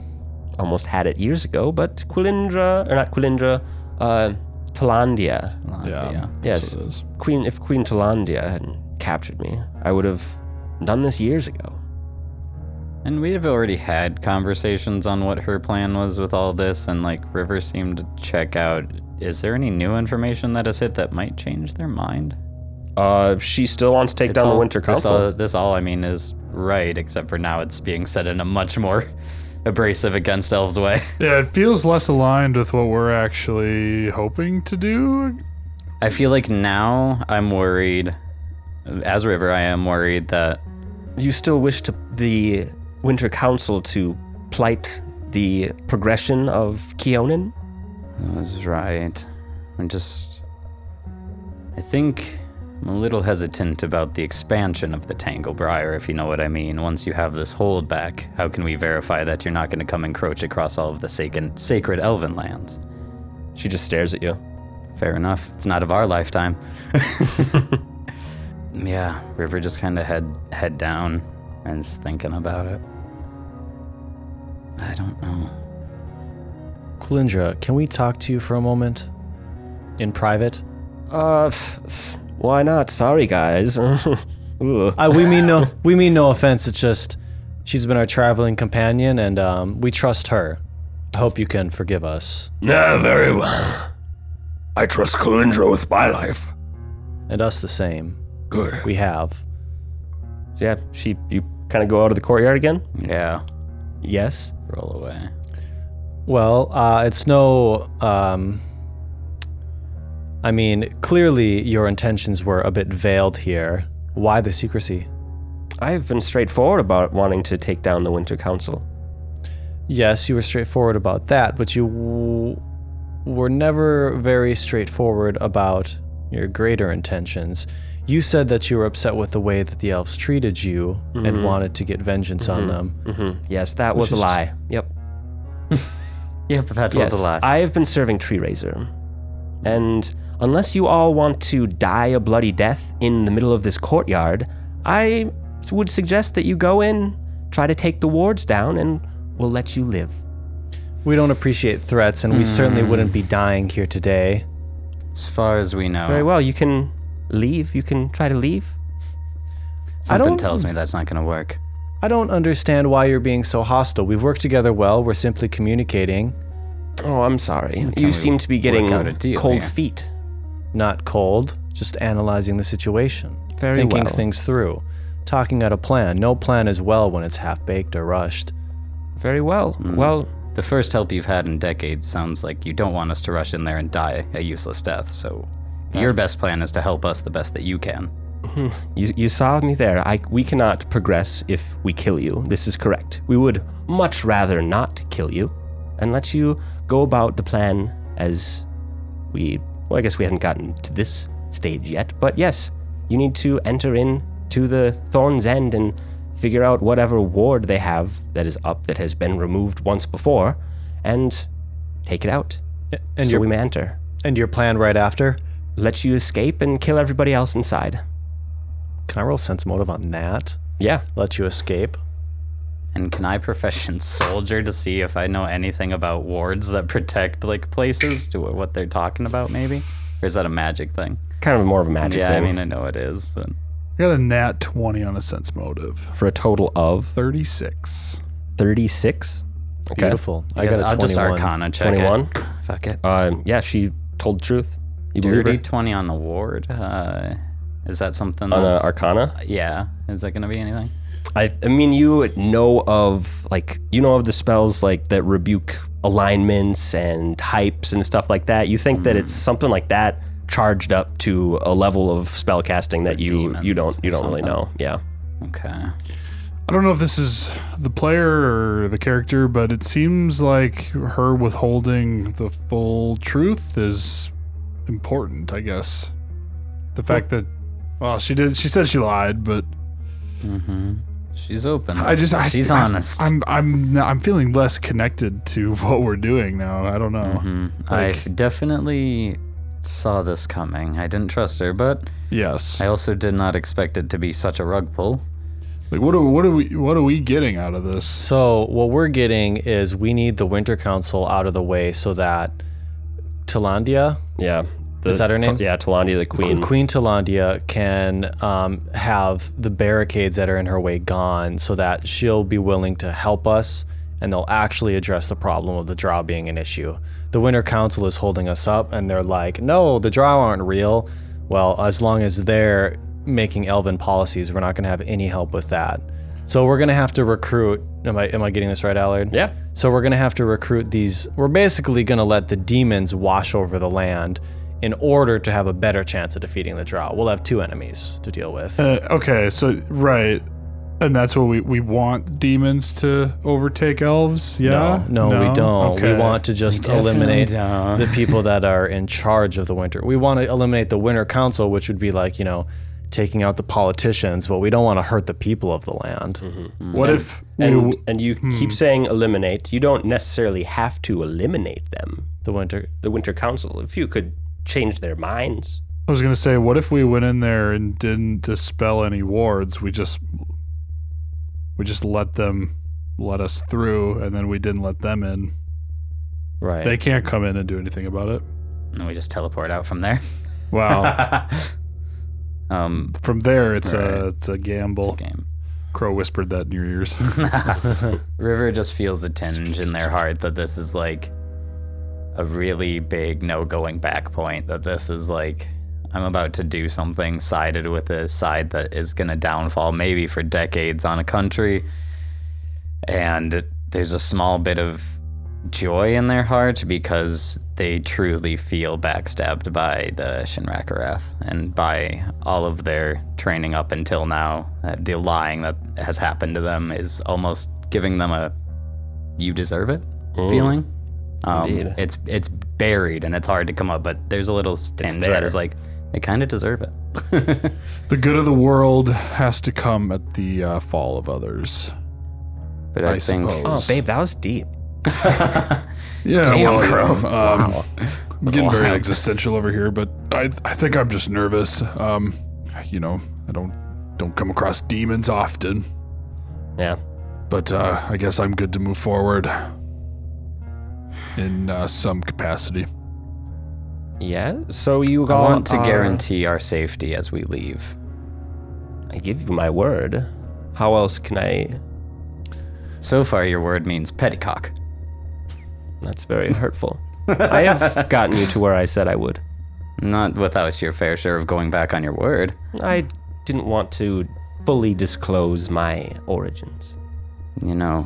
Almost had it years ago, but Quilindra or not Quilindra, uh, Talandia. yeah. Yes, Queen. If Queen Talandia had captured me, I would have done this years ago. And we have already had conversations on what her plan was with all this, and like River seemed to check out. Is there any new information that has hit that might change their mind? Uh, she still wants to take It's down the all- Winter this Council. all- this all I mean is right, except for now it's being said in a much more (laughs) abrasive against elves way. (laughs) Yeah, it feels less aligned with what we're actually hoping to do. I feel like now I'm worried. As River, I am worried that you still wish to the Winter Council to plight the progression of Keonan? That's right. I'm just. I think I'm a little hesitant about the expansion of the Tanglebriar, if you know what I mean. Once you have this hold back, how can we verify that you're not going to come encroach across all of the sacred, sacred elven lands? She just stares at you. Fair enough. It's not of our lifetime. (laughs) yeah, River just kind of head head down and is thinking about it. I don't know. Kalindra, can we talk to you for a moment? In private? Uh, why not? Sorry, guys. (laughs) I, Uh, we (laughs) mean no we mean no offense, it's just she's been our traveling companion and um, we trust her. I hope you can forgive us. No, very well. I trust Kalindra with my life. And us the same. Good. We have. So yeah, she you kind of go out of the courtyard again. Yeah, Yes. roll away. Well, uh, it's no. Um, I mean, clearly your intentions were a bit veiled here. Why the secrecy? I have been straightforward about wanting to take down the Winter Council. Yes, you were straightforward about that, but you w- were never very straightforward about your greater intentions. You said that you were upset with the way that the elves treated you and wanted to get vengeance on them. Mm-hmm. Yes, that was a is- lie. Yep. Yeah, but that yes, I have been serving Tree Razor, and unless you all want to die a bloody death in the middle of this courtyard, I s- would suggest that you go in, try to take the wards down, and we'll let you live. We don't appreciate threats, and we certainly wouldn't be dying here today. as far as we know, Very well. You can leave. You can try to leave. something don't- tells me that's not going to work. I don't understand why you're being so hostile. We've worked together well. We're simply communicating, Oh, I'm sorry. You we seem to be getting out a deal cold here? feet. not cold, just analyzing the situation, Very thinking well. things through, talking out a plan. No plan is well when it's half baked or rushed. Very well. Well, The first help you've had in decades sounds like you don't want us to rush in there and die a useless death. So, your best plan is to help us the best that you can. you, you saw me there. I, we cannot progress if we kill you. This is correct. We would much rather not kill you and let you go about the plan as we. Well, I guess we hadn't gotten to this stage yet, but yes, you need to enter in to the Thorn's End and figure out whatever ward they have that is up that has been removed once before and take it out And so your we may enter. and your plan right after. let you escape and kill everybody else inside. Can I roll sense motive on that? Yeah. Let you escape. And can I profession (laughs) soldier to see if I know anything about wards that protect like places to what they're talking about, maybe? Or is that a magic thing? Kind of more of a magic yeah, I thing. mean I know it is. but- I got a nat 20 on a sense motive. for a total of 36. 36. Okay. Beautiful. I got a I'll just 21. Arcana check. it. 21. Fuck it. Uh, yeah, she told the truth. You believe Dirty her? twenty on the ward. Uh, is that On something? uh, that's- Arcana? yeah. Is that gonna be anything? I, I mean, you know of, like, you know of the spells, like, that rebuke alignments and types and stuff like that. You think that it's something like that charged up to a level of spell casting that you, you don't, you don't really know. Yeah. Okay. I don't know if this is the player or the character, but it seems like her withholding the full truth is important, I guess. The fact that well, she did she said she lied, but She's open. I just I, she's I- honest. I'm I'm not- I'm feeling less connected to (laughs) what we're doing now. I don't know. Mm-hmm. I definitely saw this coming. I didn't trust her, but Yes. I also did not expect it to be such a rug pull. Like what are what are we what are we getting out of this? So what we're getting is we need the Winter Council out of the way so that Talandia, Yeah. The- Is that her name? yeah, Talandi the Queen. Queen Talandia, can um, have the barricades that are in her way gone, so that she'll be willing to help us, and they'll actually address the problem of the draw being an issue. The Winter Council is holding us up, and they're like, "No, the draw aren't real." Well, as long as they're making Elven policies, we're not going to have any help with that. So we're going to have to recruit. Am I am I getting this right, Allard? Yeah. So we're going to have to recruit these. We're basically going to let the demons wash over the land in order to have a better chance of defeating the drow. We'll have two enemies to deal with. Uh, okay, so right. And that's what we we want demons to overtake elves. Yeah. No, no, we don't. Okay. We want to just definitely eliminate don't. the (laughs) people that are in charge of the winter. We want to eliminate the winter council, which would be like, you know, taking out the politicians, but we don't want to hurt the people of the land. What if And, we, and you keep saying eliminate. You don't necessarily have to eliminate them. The winter. The Winter Council, if you could change their minds. I was gonna say, what if we went in there and didn't dispel any wards? We just we just let them let us through, and then we didn't let them in. Right. They can't come in and do anything about it. And we just teleport out from there. Wow. (laughs) Um, From there, it's Right. a it's a gamble. game. Crow whispered that in your ears. (laughs) River just feels a tinge in their heart that this is like a really big no going back point. That this is like, I'm about to do something sided with a side that is going to downfall maybe for decades on a country. And there's a small bit of joy in their heart because they truly feel backstabbed by the Shinrakarath and by all of their training up until now. Uh, the lying that has happened to them is almost giving them a "you deserve it" feeling. Um, Indeed. It's it's buried and it's hard to come up, but there's a little tinge there. that is like they kind of deserve it. (laughs) the good of the world has to come at the uh, fall of others. But I, I, think suppose. Oh, babe, that was deep. Yeah, Damn, well, Crow. yeah, um, I'm getting very wild. existential over here, but I I think I'm just nervous. Um, you know, I don't don't come across demons often, Yeah. but uh, I guess I'm good to move forward in uh, some capacity. Yeah. So you um, I all want to are- uh, guarantee our safety as we leave. I give you my word. How else can I? So far, your word means petticock. That's very (laughs) hurtful. I have gotten you to where I said I would. Not without your fair share of going back on your word. I didn't want to fully disclose my origins. You know,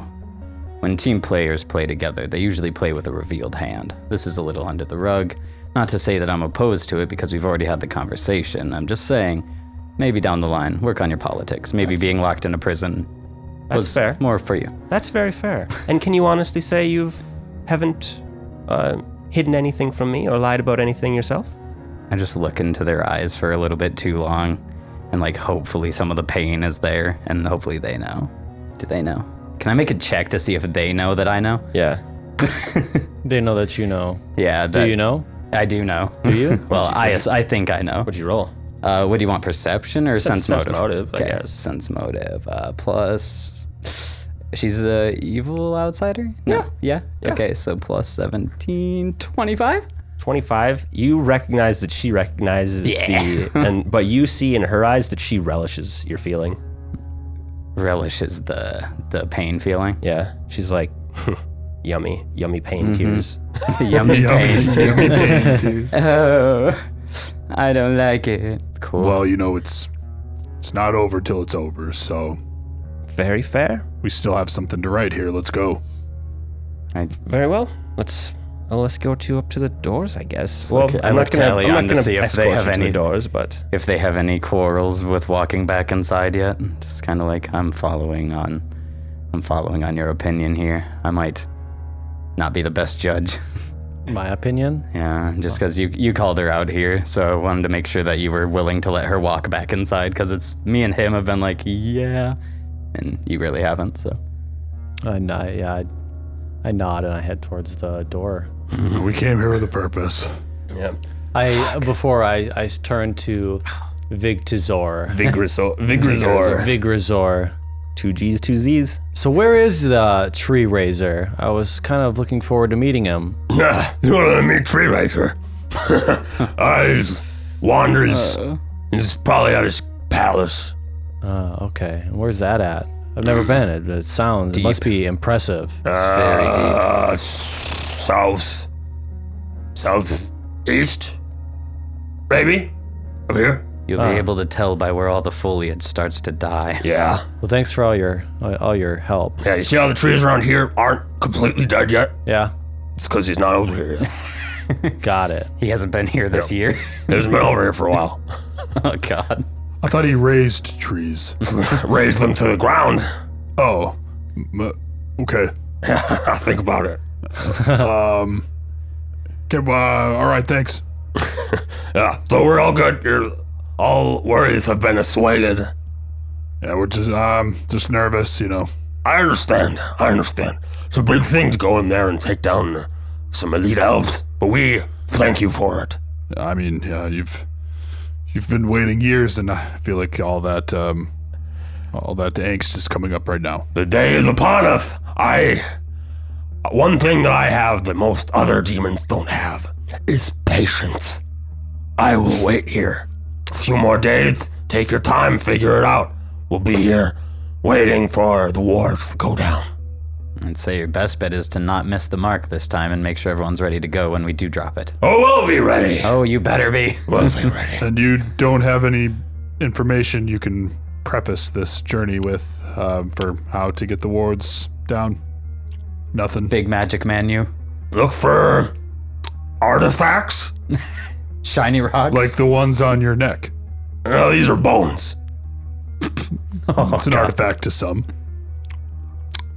when team players play together, they usually play with a revealed hand. This is a little under the rug. Not to say that I'm opposed to it because we've already had the conversation. I'm just saying, maybe down the line, work on your politics. Maybe being locked in a prison That's was fair. more for you. That's very fair. And can you honestly say you've haven't uh, hidden anything from me or lied about anything yourself? I just look into their eyes for a little bit too long, and like hopefully some of the pain is there, and hopefully they know. Do they know? Can I make a check to see if they know that I know? Yeah. They know that you know. Yeah, Do that, you know? I do know. Do you? (laughs) well, I, I think I know. What'd you roll? Uh, what do you want, perception or sense, sense motive? motive, I Okay, guess. Sense motive. Uh, plus, she's a evil outsider? No. Yeah. yeah. Yeah. Okay, so plus 17, 25? 25 you recognize that she recognizes the (laughs) and but you see in her eyes that she relishes your feeling Relishes the the pain feeling. yeah she's like (laughs) yummy yummy Mm-hmm. pain tears The (laughs) yummy pain. too. Yummy pain, too. Oh, I don't like it. Cool. Well, you know, it's it's not over till it's over, so very fair we still have something to write here. Let's go. I, very well let's well, let's go to up to the doors, I guess. look- I look gonna- tally on to see if escort they you have to the any- doors, but if they have any quarrels with walking back inside yet, just kind of like I'm following on, I'm following on your opinion here. I might not be the best judge. (laughs) My opinion? Yeah, just because you you called her out here, so I wanted to make sure that you were willing to let her walk back inside. Because it's me and him have been like, yeah, and you really haven't. So I, n- I- yeah, I, I nod and I head towards the door. We came here with a purpose. yeah. I before I, I s- turn to Vigtizor. Vigrisor, Vigrazor. two G's, two Z's. So where is the tree raiser? I was kind of looking forward to meeting him. Nah, you want to meet Tree (laughs) Racer? I wanders. Uh. He's probably at his palace. Uh, okay. And Where's that at? I've never been. It, it sounds. It must be impressive. very deep. Uh, s- south, south east, maybe. Over here. You'll be able to tell by where all the foliage starts to die. Yeah, Well, thanks for all your all all your help. yeah. You see how the trees around here aren't completely dead yet? Yeah. It's because he's not over here. Yet. Got it. He hasn't been here this year. (laughs) He hasn't been over here for a while. oh God. I thought he raised trees. (laughs) Raise them to the ground. Oh, m- uh, okay. Ah, Think about it. Um, okay, uh, all right, thanks. Yeah, so we're all good. Your all worries have been assuaged. Yeah, we're just I'm just nervous, you know. I understand. I understand. It's a big thing to go in there and take down some elite elves, but we thank you for it. I mean, yeah, you've you've been waiting years, and I feel like all that um, all that angst is coming up right now. The day is upon us. I. One thing that I have that most other demons don't have is patience. I will wait here. A few more days. Take your time, figure it out. We'll be here waiting for the wars to go down. I'd say your best bet is to not miss the mark this time and make sure everyone's ready to go when we do drop it. Oh, we'll be ready. Oh, you better be. (laughs) We'll be ready. And you don't have any information you can preface this journey with um, for how to get the wards down. Nothing. Big magic man, you. Look for artifacts. Shiny rocks. Like the ones on your neck. No, these are bones. Oh, it's an artifact to some.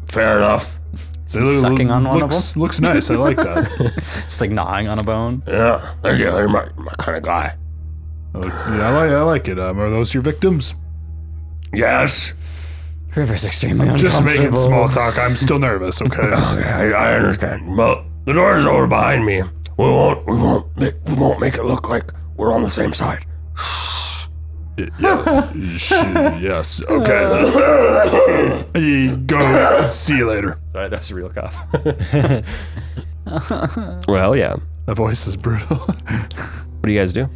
Fair enough. Is he sucking on one of them. looks, Looks nice. I like (laughs) that. It's like gnawing on a bone. Yeah, there you go. You're my, my kind of guy. That looks- yeah, I like, I like it. Um, are those your victims? Yes. River's extremely Just making uncomfortable. small talk. I'm still nervous. (laughs) Okay. Okay, I, I understand. But the door is over behind me. We won't. We won't. Make, we won't make it look like we're on the same side. (coughs) yeah. Sh- yes. Okay. You go. See you later. (laughs) Sorry, that was a real (laughs) cough. well, yeah. What That voice is brutal. (laughs) do you guys do?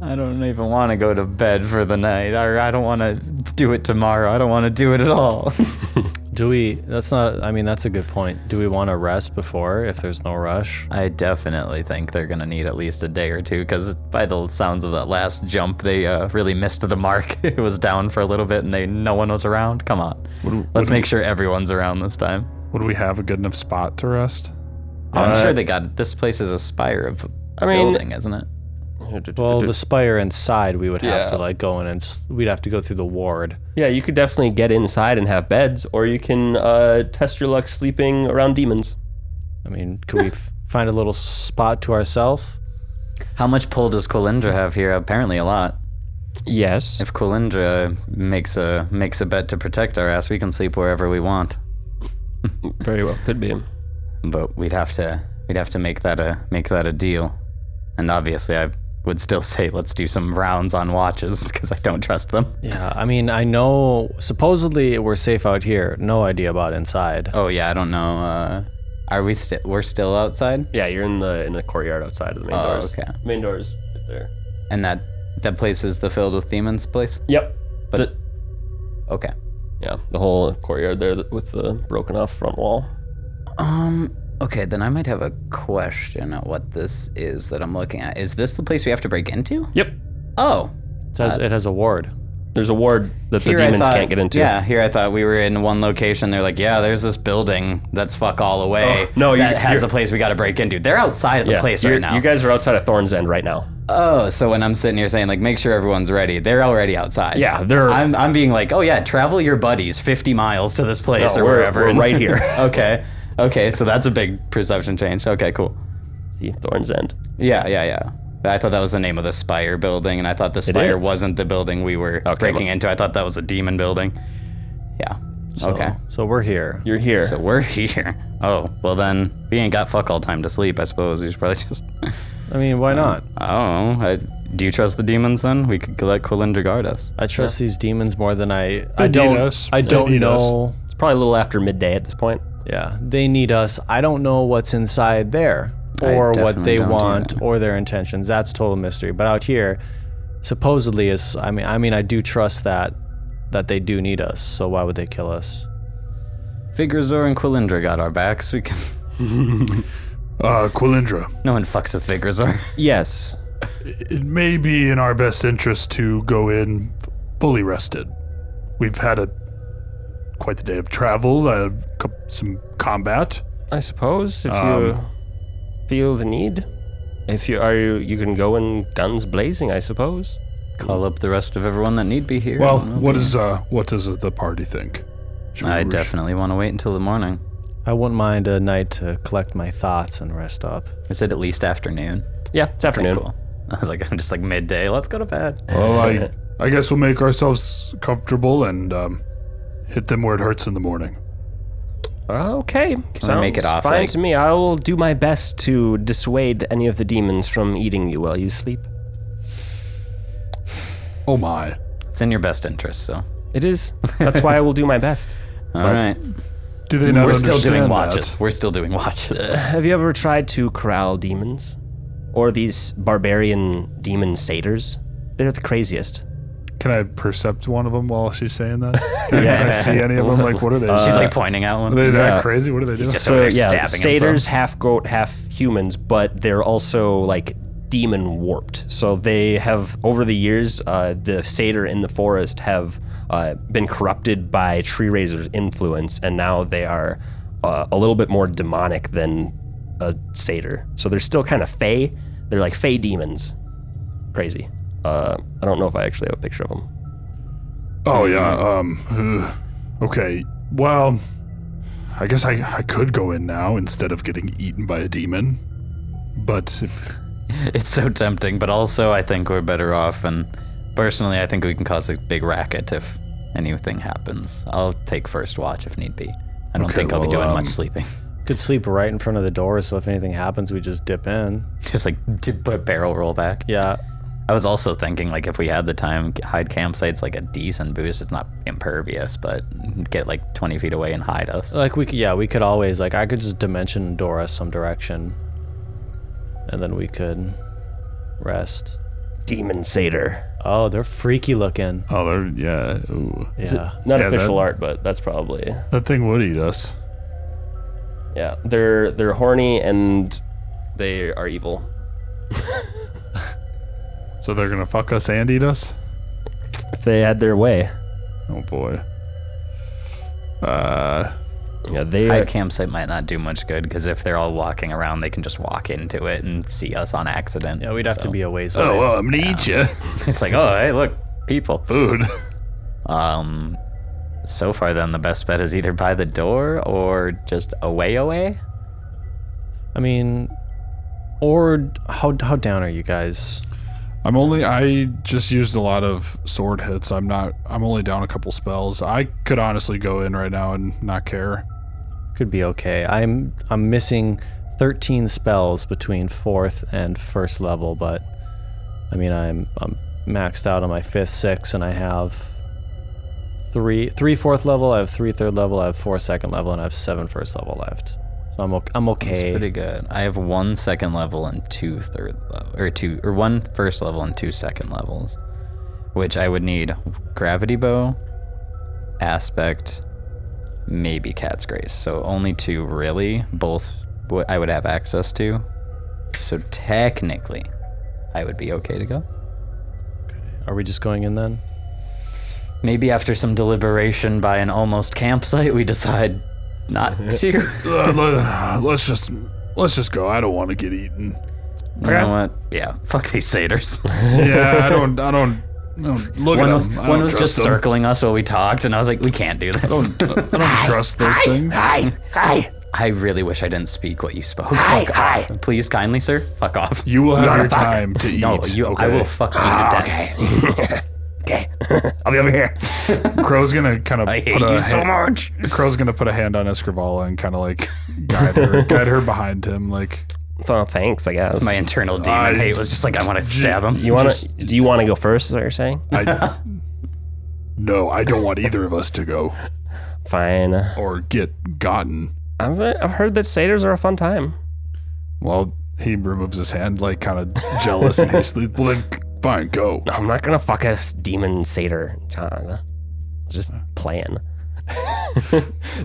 I don't even want to go to bed for the night, or I don't want to do it tomorrow. I don't want to do it at all. (laughs) Do we? That's not. I mean, that's a good point. Do we want to rest before if there's no rush? I definitely think they're gonna need at least a day or two, because by the sounds of that last jump, they uh, really missed the mark. (laughs) it was down for a little bit, and they no one was around. Come on, let's make sure everyone's around this time. Would we have a good enough spot to rest? I'm sure they got it. This place is a spire of a mean- building, isn't it? Well, the spire inside, we would have Yeah. to like go in and s- we'd have to go through the ward. Yeah, you could definitely get inside and have beds, or you can uh, test your luck sleeping around demons. I mean, could we f- (laughs) find a little spot to ourselves? How much pull does Colindra have here? Apparently, a lot. Yes. If Colindra makes a makes a bet to protect our ass, we can sleep wherever we want. Very well. Could be. But we'd have to we'd have to make that a make that a deal. And obviously, I would still say let's do some rounds on watches because I don't trust them. Yeah, I mean, I know supposedly we're safe out here. No idea about inside. Oh yeah, I don't know. Uh, are we still we're still outside? Yeah, you're in the in the courtyard outside of the main Oh, doors. okay. Main doors right there. And that that place is the filled with demons place. Yep. But- The- Okay. yeah, the whole courtyard there th- with the broken off front wall. Um. Okay, then I might have a question on what this is that I'm looking at. Is this the place we have to break into? Yep. Oh, It says it has a ward. There's a ward that the Here I demons thought- can't get into. Yeah, here I thought we were in one location. They're like, yeah, there's this building that's fuck all away. Oh, no, that you- has you're- a place we got to break into. They're outside of the Yeah, place you're- right now. You guys are outside of Thorn's End right now. oh, so when I'm sitting here saying like, make sure everyone's ready, they're already outside. Yeah, they're- I'm, I'm being like, oh yeah, travel your buddies 50 miles to this place No, or we're- wherever. we're and- right (laughs) here. okay, okay, so that's a big perception change. Okay, cool. See, Thorn's End. Yeah, yeah, yeah. I thought that was the name of the Spire building, and I thought the Spire is. wasn't the building we were breaking well- into. I thought that was a demon building. Yeah. So, okay. So we're here. Oh, You're here. So we're (laughs) here. Oh, well then we ain't got fuck all time to sleep, I suppose. We should probably just (laughs) I mean, why not? I don't know. I, do you trust the demons then? We could let Quilindra guard us. I trust these demons more than I. I need don't. us. I They don't need us. know. it's probably a little after midday at this point. Yeah, they need us. I don't know what's inside there I or what definitely they don't want either. or their intentions. That's total mystery. But out here, supposedly is I mean I mean I do trust that that they do need us. So why would they kill us? Vigrazor and Quilindra got our backs. We can (laughs) Uh, Quilindra. no one fucks with Vigrazor. (laughs) Yes. It may be in our best interest to go in f- fully rested. We've had a quite the day of travel, uh, co- some combat. I suppose if Um, you feel the need, if you are you, you can go in guns blazing. I suppose. Call up the rest of everyone that need be here. Well, and we'll what be- is uh, what does the party think? Should we I rush- definitely want to wait until the morning. I wouldn't mind a night to collect my thoughts and rest up. Is it at least afternoon? Yeah, it's afternoon. Cool. (laughs) I was like, I'm just like midday. Let's go to bed. Well, I, (laughs) I guess we'll make ourselves comfortable and um, hit them where it hurts in the morning. Ah, Okay, we sounds make it off, fine like- to me. I will do my best to dissuade any of the demons from eating you while you sleep. Oh my. It's in your best interest, so. It is. That's why I will do my best. all right. Do they not We're still doing understand watches. that? We're still doing (laughs) watches. (laughs) Have you ever tried to corral demons, or these barbarian demon satyrs? They're the craziest. Can I percept one of them while she's saying (laughs) that? Can, I- (laughs) can I see any of them? Like, what are they? Uh, She's like pointing out one. are they yeah. that crazy? What are they doing? He's just over there yeah, stabbing satyrs, himself. half goat, half humans, but they're also like demon warped. So they have over the years, uh, the satyr in the forest have uh, been corrupted by tree raiser's influence, and now they are uh, a little bit more demonic than a satyr. So they're still kind of fey. They're like fey demons. Crazy. Uh, I don't know if I actually have a picture of them. Oh yeah. Um. ugh. Okay. Well, I guess I I could go in now instead of getting eaten by a demon. But if, (laughs) It's so tempting, but also I think we're better off. And personally, I think we can cause a big racket if anything happens. I'll take first watch if need be. I don't Okay, think I'll be well, doing um, much sleeping. (laughs) Could sleep right in front of the door, so if anything happens, we just dip in. Just like d- b- barrel roll back. Yeah, I was also thinking like if we had the time, g- hide campsites like a decent boost. It's not impervious, but get like 20 feet away and hide us. like we could. Yeah, we could always like I could just dimension Dora some direction, and then we could rest. Demon satyr. Oh, they're freaky looking. oh, they're yeah. Ooh. Yeah, Not Yeah, official that- art, but that's probably That thing would eat us. Yeah, they're they're horny and they are evil. So they're gonna fuck us and eat us. If they had their way, Oh boy. Uh. yeah, they Hide campsite might not do much good because if they're all walking around, they can just walk into it and see us on accident. yeah, we'd have to So, be a ways away. Oh well, I'm gonna eat you. (laughs) (laughs) It's like, oh, hey, look, people. Food. Um, so far then, the best bet is either by the door or just away, away. I mean, or how how down are you guys? I'm only. I just used a lot of sword hits. I'm not. I'm only down a couple spells. I could honestly go in right now and not care. Could be okay. I'm I'm missing 13 spells between fourth and first level, but I mean I'm I'm maxed out on my fifth, sixth, and I have three three fourth level. I have three third level. I have four second level, and I have seven first level left. So I'm okay. I'm It's okay. pretty good. I have one second level and two third level, or two, or one first level and two second levels, which I would need gravity bow, aspect, maybe cat's grace. So only two really. Both what I would have access to. So technically, I would be okay to go. Are we just going in then? Maybe after some deliberation by an almost campsite, we decide not to. you Uh, let, let's just let's just go. I don't want to get eaten. know what? Yeah, fuck these satyrs. (laughs) Yeah, I don't. I don't. I don't look One, at was- them. I one don't was trust Oh, just them. circling us while we talked, and I was like, we can't do I this. don't, I don't trust those things. Hi, hi. (laughs) I really wish I didn't speak what you spoke. fuck off. Please, kindly, sir, fuck off. You will have your time to eat. no, you, I will fuck you to death. Okay, I'll be over here. Crow's gonna kind of I hate put a you so hand, much. Crow's gonna put a hand on Escrivala and kind of like guide (laughs) her, guide her behind him. Like Oh, thanks. I guess. (laughs) My internal demon I- hate was just like, I want to stab him. you want to? Do you want to go first? Is what you're saying? (laughs) I, no, I don't want either of us to go Fine. or get gotten. I've, I've heard that satyrs are a fun time. Well, he removes his hand, like kind of jealous (laughs) and hastily. Well, then fine, go. I'm not gonna fuck a s- demon satyr, John. Just plan. (laughs)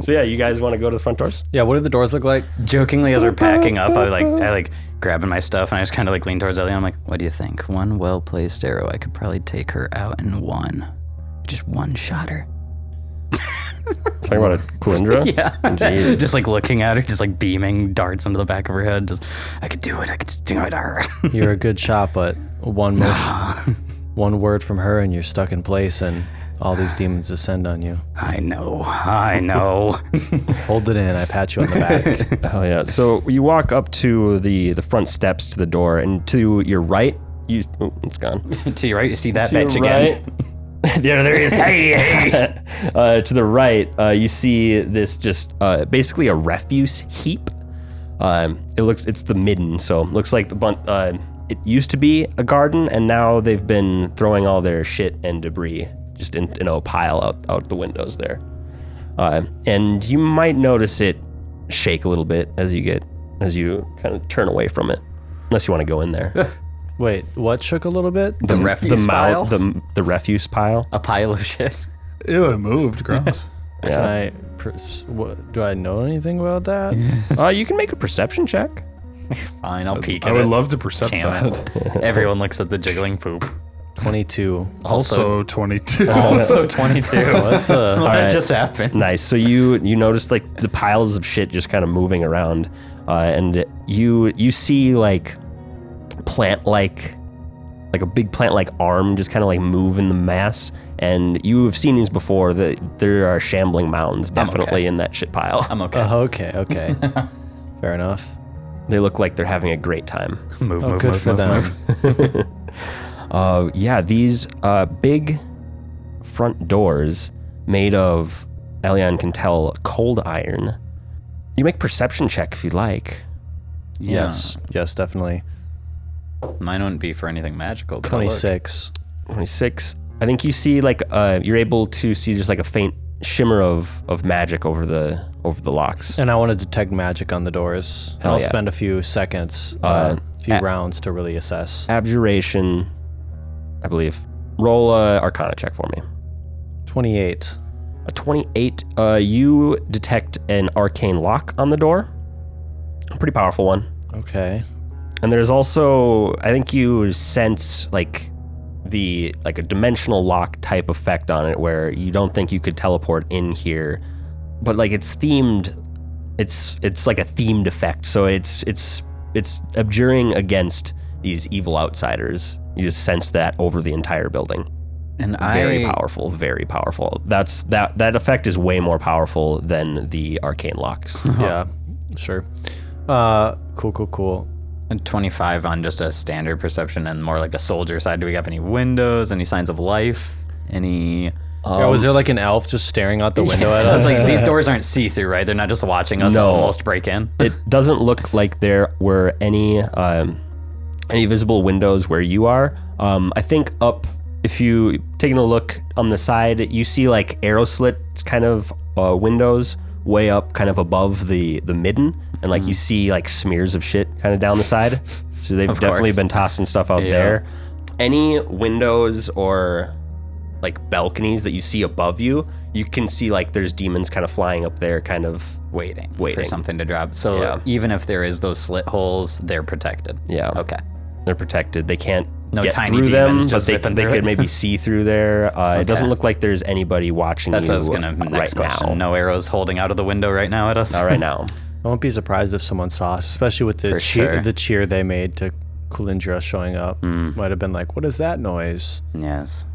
so yeah, you guys want to go to the front doors? Yeah. What do the doors look like? Jokingly, as we're packing up, I like I like grabbing my stuff and I just kind of like lean towards Ellie. I'm like, "What do you think? One well placed arrow, I could probably take her out in one, just one shot her." (laughs) Talking about a Quindra? (laughs) Yeah, Jeez. just like looking at her, just like beaming darts into the back of her head. Just, I could do it. I could just do it. Arr." (laughs) You're a good shot, but one motion (laughs) One word from her, and you're stuck in place, and all these demons descend on you. I know. I know. Hold it in. I pat you on the back. Hell yeah! So you walk up to the the front steps to the door, and to your right, you oh, it's gone. (laughs) to your right, you see that To bitch your again. right- (laughs) yeah, there he is. Hey, hey. (laughs) uh, to the right, uh, you see this just uh, basically a refuse heap. Um, it looks it's the midden, so it looks like the bun- uh, it used to be a garden, and now they've been throwing all their shit and debris just in, in a pile out out the windows there. Uh, and you might notice it shake a little bit as you get as you kind of turn away from it, unless you want to go in (laughs) there. Wait, what shook a little bit? The, refuse mou- pile? the the refuse pile. A pile of shit. Ew, it moved. Gross. Can Yeah. I? Pers- what, do I know anything about that? Uh, you can make a perception check. Fine, I'll (laughs) peek at I would it. love to percept Damn that. it. Everyone looks at the jiggling poop. (laughs) Twenty-two. (laughs) Also, 22. Also 22. what the? (laughs) What Alright. just happened? Nice. So you you notice like the piles of shit just kind of moving around, uh, and you you see like plant like like a big plant like arm just kind of like move in the mass. And you have seen these before. That there are shambling mounds definitely okay. in that shit pile. I'm okay. Oh, okay, (laughs) okay. Fair enough. they look like they're having a great time. move, Oh, move, good move, for move, them. move. Uh, yeah, these uh, big front doors made of Elion can tell cold iron. You make perception check if you like. Yeah. Yes, yes, definitely. Mine wouldn't be for anything magical. but I'll look. Twenty-six. 26. I think you see like uh, you're able to see just like a faint shimmer of, of magic over the over the locks. And I want to detect magic on the doors. Hell I'll yeah. spend a few seconds, a Uh, few a- rounds to really assess. Abjuration, I believe. Roll a arcana check for me. 28. A 28. Uh, you detect an arcane lock on the door. A pretty powerful one. Okay. And there's also, I think you sense like the like a dimensional lock type effect on it, where you don't think you could teleport in here, but like it's themed. It's it's like a themed effect, so it's it's it's abjuring against these evil outsiders. You just sense that over the entire building. And Very I, powerful, very powerful. That's that that effect is way more powerful than the arcane locks. Yeah, sure. Uh, cool, cool, cool. And 25 on just a standard perception and more like a soldier side. Do we have any windows? Any signs of life? Any. Yeah, was there like an elf just (laughs) staring out the window at I Um, was us? like, these doors aren't see through, right? They're not just watching us No. almost break in. it doesn't look like there were any um, any visible windows where you are. Um, I think up if you taking a look on the side, you see like arrow slit kind of uh, windows way up, kind of above the the midden, and like Hmm. you see like smears of shit kind of down the side. So they've definitely course. been tossing stuff out Yeah. there. Any windows or like balconies that you see above you, you can see like there's demons kind of flying up there, kind of Waiting, Waiting. for something to drop. So Yeah. even if there is those slit holes, they're protected. yeah. Okay. they're protected. They can't No get tiny through them, demons just but they, zipping they through could it. maybe see through (laughs) there. Uh, It doesn't Okay. look like there's anybody watching That's you uh, what I was gonna next right question. now. No arrows holding out of the window right now at us. Not right now. I won't be surprised if someone saw us, especially with the For cheer, sure. Hmm. the cheer they made to Kulindra showing up. Might have been like, what is that noise? (laughs) Yes.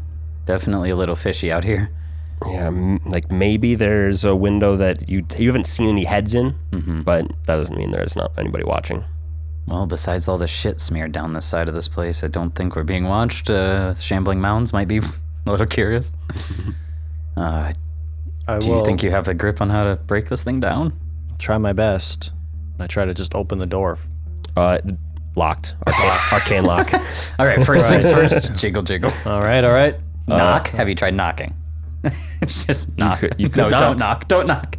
Definitely a little fishy out here. yeah, m- like maybe there's a window that you you haven't seen any heads in, Mm-hmm. but that doesn't mean there's not anybody watching. Well, besides all the shit smeared down the side of this place, I don't think we're being watched. Uh, shambling mounds might be (laughs) a little curious. Uh, I do will you think you have a grip on how to break this thing down? try my best. I try to just open the door. Uh, locked. (laughs) Arcane, arcane lock. All right, first things (laughs) first. Jiggle, jiggle. All right, all right. knock. Have you tried knocking? (laughs) it's just knock. could- Uh, you could no, knock. don't knock. Don't knock.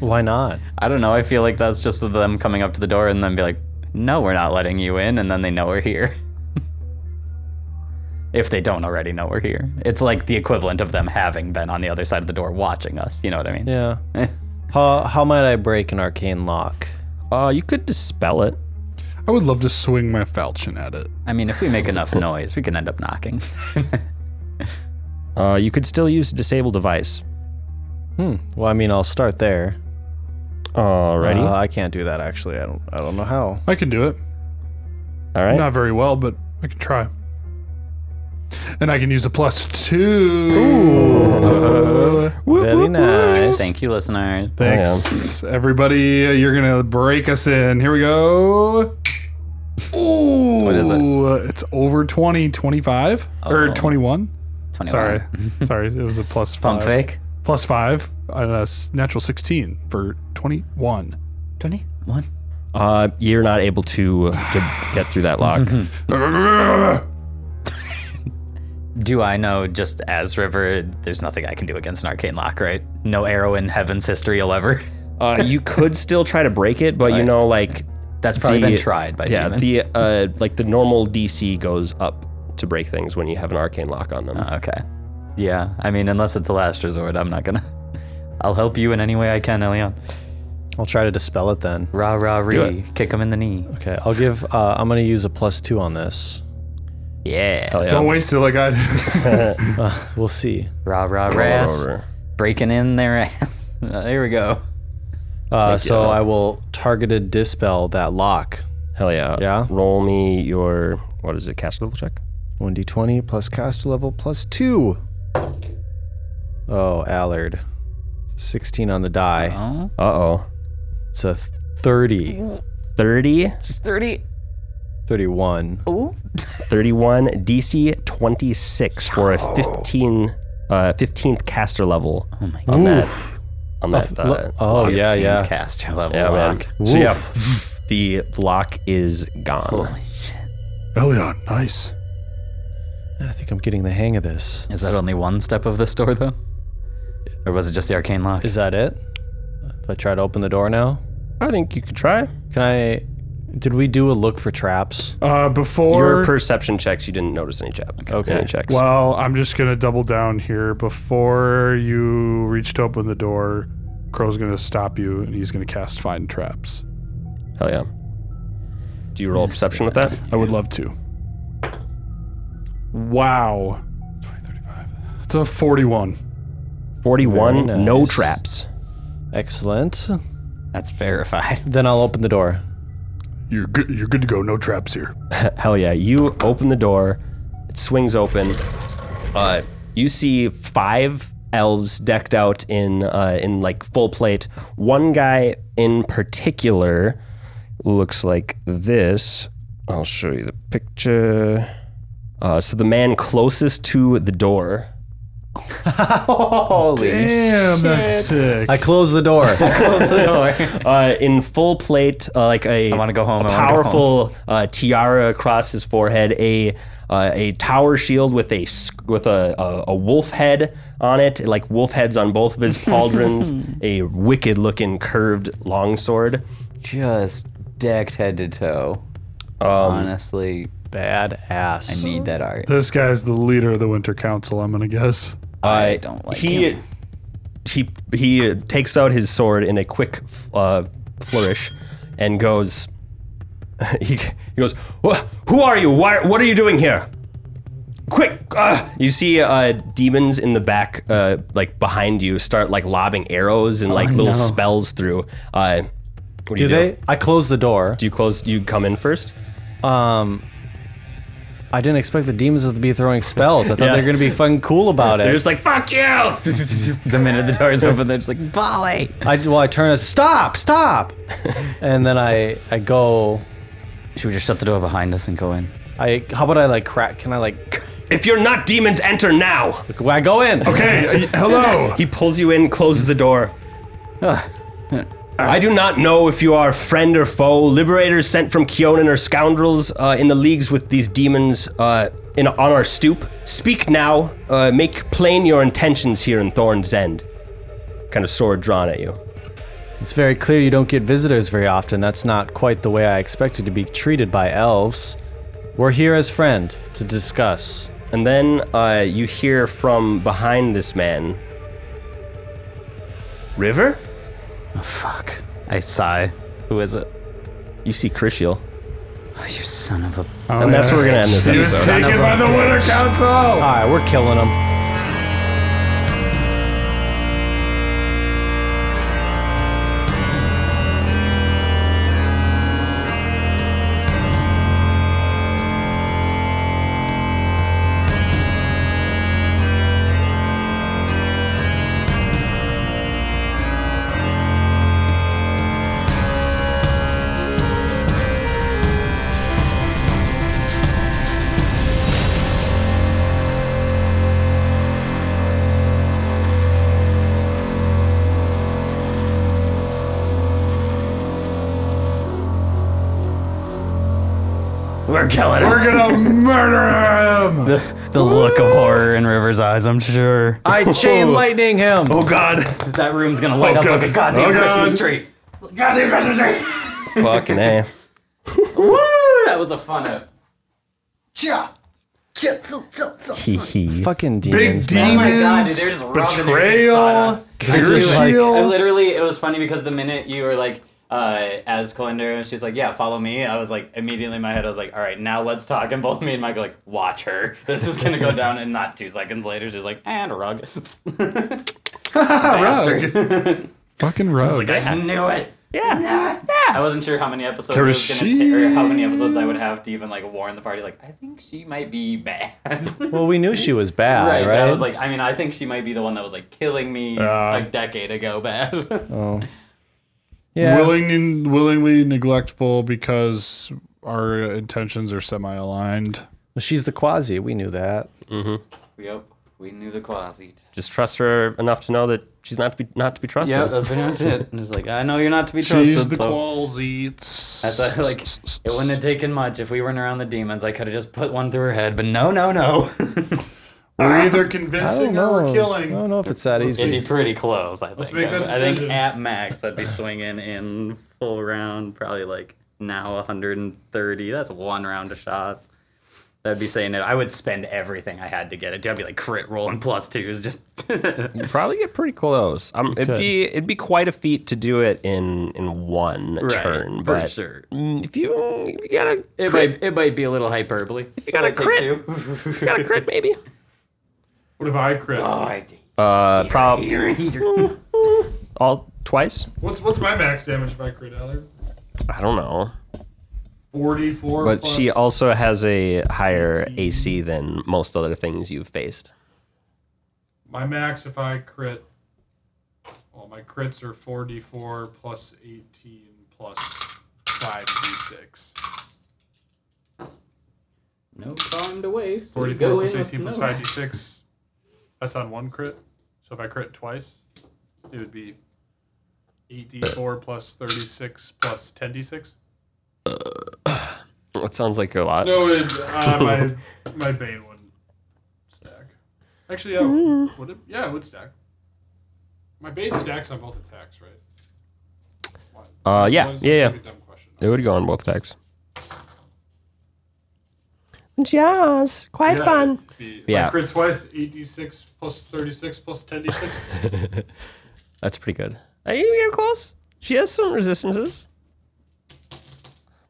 Why not? I don't know. I feel like that's just them coming up to the door and then be like, "No, we're not letting you in," and then they know we're here. (laughs) if they don't already know we're here, it's like the equivalent of them having been on the other side of the door watching us. You know what I mean? (laughs) Yeah. how, how might I break an arcane lock? Uh, you could dispel it. I would love to swing my falchion at it. I mean, if we make enough noise, we can end up (laughs) knocking. Uh, you could still use disable device. Hmm. Well, I mean, I'll start there. Alrighty. Uh, I can't do that actually. I don't. I don't know how. I can do it. All right. Not very well, but I can try. And I can use a plus two. Very nice. Thank you, listener. Thanks, everybody. You're gonna break us in. Here we go. Ooh, what is it? It's over 20, 25 or Oh. 21. 21. (laughs) Sorry, sorry, it was a plus five. Pump fake. Plus five and a s- natural 16 for 21. 21. Uh, you're not able to to get through that (laughs) lock. Do I know, just as River, there's nothing I can do against an arcane lock, right? No arrow in heaven's history will ever. (laughs) uh, you could still try to break it, but you know, like That's probably The- been tried by yeah, demons. the uh, like the normal DC goes up to break things when you have an arcane lock on them. okay. Yeah, I mean, unless it's a last resort, I'm not gonna. (laughs) I'll help you in any way I can, Elion. I'll try to dispel it then. Rah, rah, ree. Kick him in the knee. Okay, I'll give. Uh, I'm gonna use a plus two on this. Yeah. Hell yeah. Don't waste it like I did. (laughs) We'll see. Rah, rah, ras. Breaking in their (laughs) ass. there we go. Uh, so yeah. I will targeted dispel that lock. Hell yeah. Yeah? Roll me your what is it? Cast level check. 1d20 plus cast level plus two. Oh, Allard. 16 on the die. Oh, Uh oh. It's a 30. Thirty. it's 30. 31. Oh, Ooh. 31 DC 26 for a 15 uh 15th caster level Oh my on god. oh, that on that uh, Oh, yeah, 15 yeah. Caster level yeah man lock. so yeah the lock is gone Holy shit. Elion, nice. I think I'm getting the hang of this. Is that only one step of this door, though? Or was it just the arcane lock? Is that it? If I try to open the door now? I think you could try Can I. Did we do a look for traps? Uh, your before, perception checks you didn't notice any checks Okay. any checks well, I'm just gonna double down here. Before you reach to open the door, Crow's gonna stop you and he's gonna cast Find Traps. hell yeah do you roll perception with that I would love to. Wow. It's a 41. 41 Very no nice. traps Excellent. That's verified. Then I'll open the door. You're good, you're good to go. No traps here. Hell yeah. You open the door, it swings open. Uh, you see five elves decked out in uh, in like full plate. One guy in particular looks like this. I'll show you the picture. Uh, so the man closest to the door. Holy Damn, that's sick. I close (laughs) the door. Close the door. Uh, in full plate, uh, like a, wanna go home, a I wanna go powerful Uh, tiara across his forehead, a uh, a tower shield with a s- with a, a, a wolf head on it, like wolf heads on both (laughs) of his pauldrons, a wicked looking curved longsword. Just decked head to toe. Honestly, I Badass. need that art. this guy's the leader of the Winter Council, I'm going to guess. I don't like He him. he he takes out his sword in a quick uh, flourish, and goes. (laughs) He, he goes. "Wha- Who are you? Why? What are you doing here? Quick! Uh, you see uh, demons in the back, uh, like behind you, start like lobbing arrows and like little no. spells through. Uh, what do, Do you they? do? I close the door. Do you close? You come in first. Um, I didn't expect the demons to be throwing spells. I thought they were gonna be fucking cool about They're it. just like fuck you. (laughs) The minute the door's open, they're just like, volley. I well, I turn as (laughs) stop, stop, and then I I go. Should we just shut the door behind us and go in? I how about I like crack? Can I like? (laughs) if you're not demons, enter now. I go in. Hey, uh, hello. (laughs) He pulls you in, closes the door. I do not know if you are friend or foe, liberators sent from Kionan or scoundrels uh, in the leagues with these demons uh, in, on our stoop. Speak now. Uh, make plain your intentions here in Thorn's End. Kind of sword drawn at you. It's very clear you don't get visitors very often. That's not quite the way I expected to be treated by elves. We're here as friend to discuss. And then uh, you hear from behind this man River? Fuck. I sigh. Who is it? You see Crishiel. Oh, you son of a. And that's where we're going to end this He was episode. taken by the Winter Oh. Council. All right, we're killing them. We're killing him. We're gonna murder him. The, the look of horror in River's eyes, I'm sure. I (laughs) chain lightning him. Oh God. That room's gonna light Oh, up God. like a goddamn Oh, God. Christmas tree. (laughs) Goddamn Christmas tree. Fucking A. Woo! That was a fun out. Hee hee. Fucking Big demons. Oh man. my demons. god, dude, they're just rubbing their dicks on betrayal, us. cure just, like- shield. I literally, it was funny because the minute you were like, uh, as Colinder, she's like, yeah, follow me. I was like, immediately in my head, I was like, all right, now let's talk. And both me and Mike are like, watch her. (laughs) This is going to go down. And not two seconds later, she's like, and rug. (laughs) Bastard. Fucking rogues. like, I knew it. Yeah. I wasn't sure how many episodes it was going to take or how many episodes I would have to even like warn the party. Like, I think she might be bad. (laughs) Well, we knew she was bad, Right, right? but I was like, I mean, I think she might be the one that was like killing me Yeah. a decade ago, bad. (laughs) oh. Yeah. Willing, willingly neglectful because our intentions are semi-aligned. She's the quasi. We knew that. yep, we knew the quasi. Just trust her enough to know that she's not to be not to be trusted. Yeah, that's pretty much it. And it's like, I know you're not to be trusted. She's the so. qualsies. That's why, like, it wouldn't have taken much if we weren't around the demons. I could have just put one through her head, but no, no, no. We're either I don't convincing know. or we're I don't killing. know if it's that It'd easy. be pretty close, I think. make that I think decision. at max, I'd be swinging in full round, probably like now 130. That's one round of shots. That'd be saying that I would spend everything I had to get it. I'd be like crit rolling plus twos, just (laughs) Probably get pretty close. Um, it'd be it'd be quite a feat to do it in in one Right, turn. for But sure. mm, if you if you got a It crit, might, it might be a little hyperbole. If you got a crit. (laughs) if you got a crit maybe. What if I crit? Uh, probably (laughs) all twice. What's what's my max damage if I crit, Tyler? I don't know, Forty-four. but she plus- also has a higher AC than most other things you've faced. My max if I crit. Well, my crits are four d four plus eighteen plus five d six. no time to waste. We Forty go four plus in with eighteen plus no- five d six. That's on one crit. So if I crit twice, it would be eight d four plus thirty six plus ten d six. (coughs) That sounds like a lot. No, it, uh, (laughs) my my bane wouldn't stack. Actually, yeah, would- Mm. would it? Yeah, it would stack. My bane stacks on both attacks, right? Uh, yeah, Why is this yeah, like yeah. a dumb question? It would go on both decks. Yes, quite Yeah, fun. it'd be- if I Yeah. crit twice, 8d6 plus 36 plus 10d6. That's pretty good. Are you getting close? She has some resistances.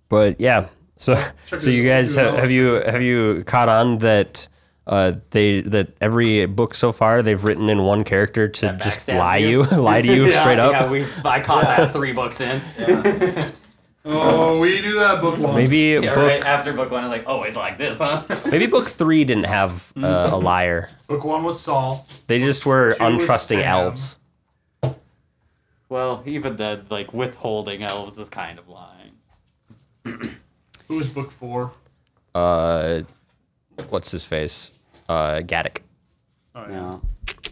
But yeah, so Check so it you out. guys Do it have, all. have you have you caught on that uh, they that every book so far they've written in one character to That just backstabs lie you, (laughs) (laughs) you. lie to you Yeah, straight up. Yeah, we, I caught that three (laughs) books in. oh, we do that book one. Maybe Yeah, book right after book one, I'm like, oh, it's like this, huh? (laughs) maybe book three didn't have uh, a liar. Book one was Saul. They just were Two was untrusting Sam. elves. well, even the like withholding elves is kind of lying. Who was book four? Uh, what's his face? Uh, Gaddick. Oh, yeah. Yeah,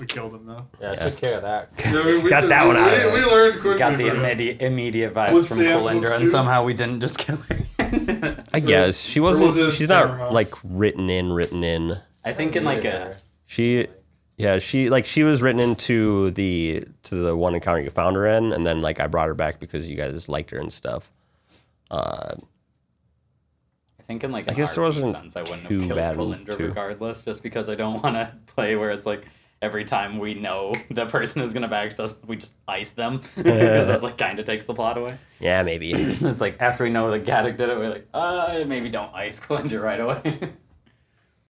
We killed him, though. yeah, took care of that. No, we, we Got took- that one we, out of there. We learned quickly. (laughs) Got the from that. immediate immediate vibes Was from Sam Kalendra, booked and too? somehow we didn't just kill her. I guess she was a wasn't. She's not Sarah House. like written in, written in. (laughs) I think in like a She, yeah, she like she was written into the to the one encounter you found her in, and then like I brought her back because you guys liked her and stuff. Uh, I think in like an guess there RP wasn't sense, I wouldn't too have killed bad Kalendra too. regardless, just because I don't (laughs) want to play where it's like every time we know (laughs) the person is gonna backstaff us, we just ice them (laughs) because that's like kind of takes the plot (laughs) away. yeah, maybe. It's like after we know that Gaddick did it, we're like, uh, maybe don't ice Kalendra right away. (laughs)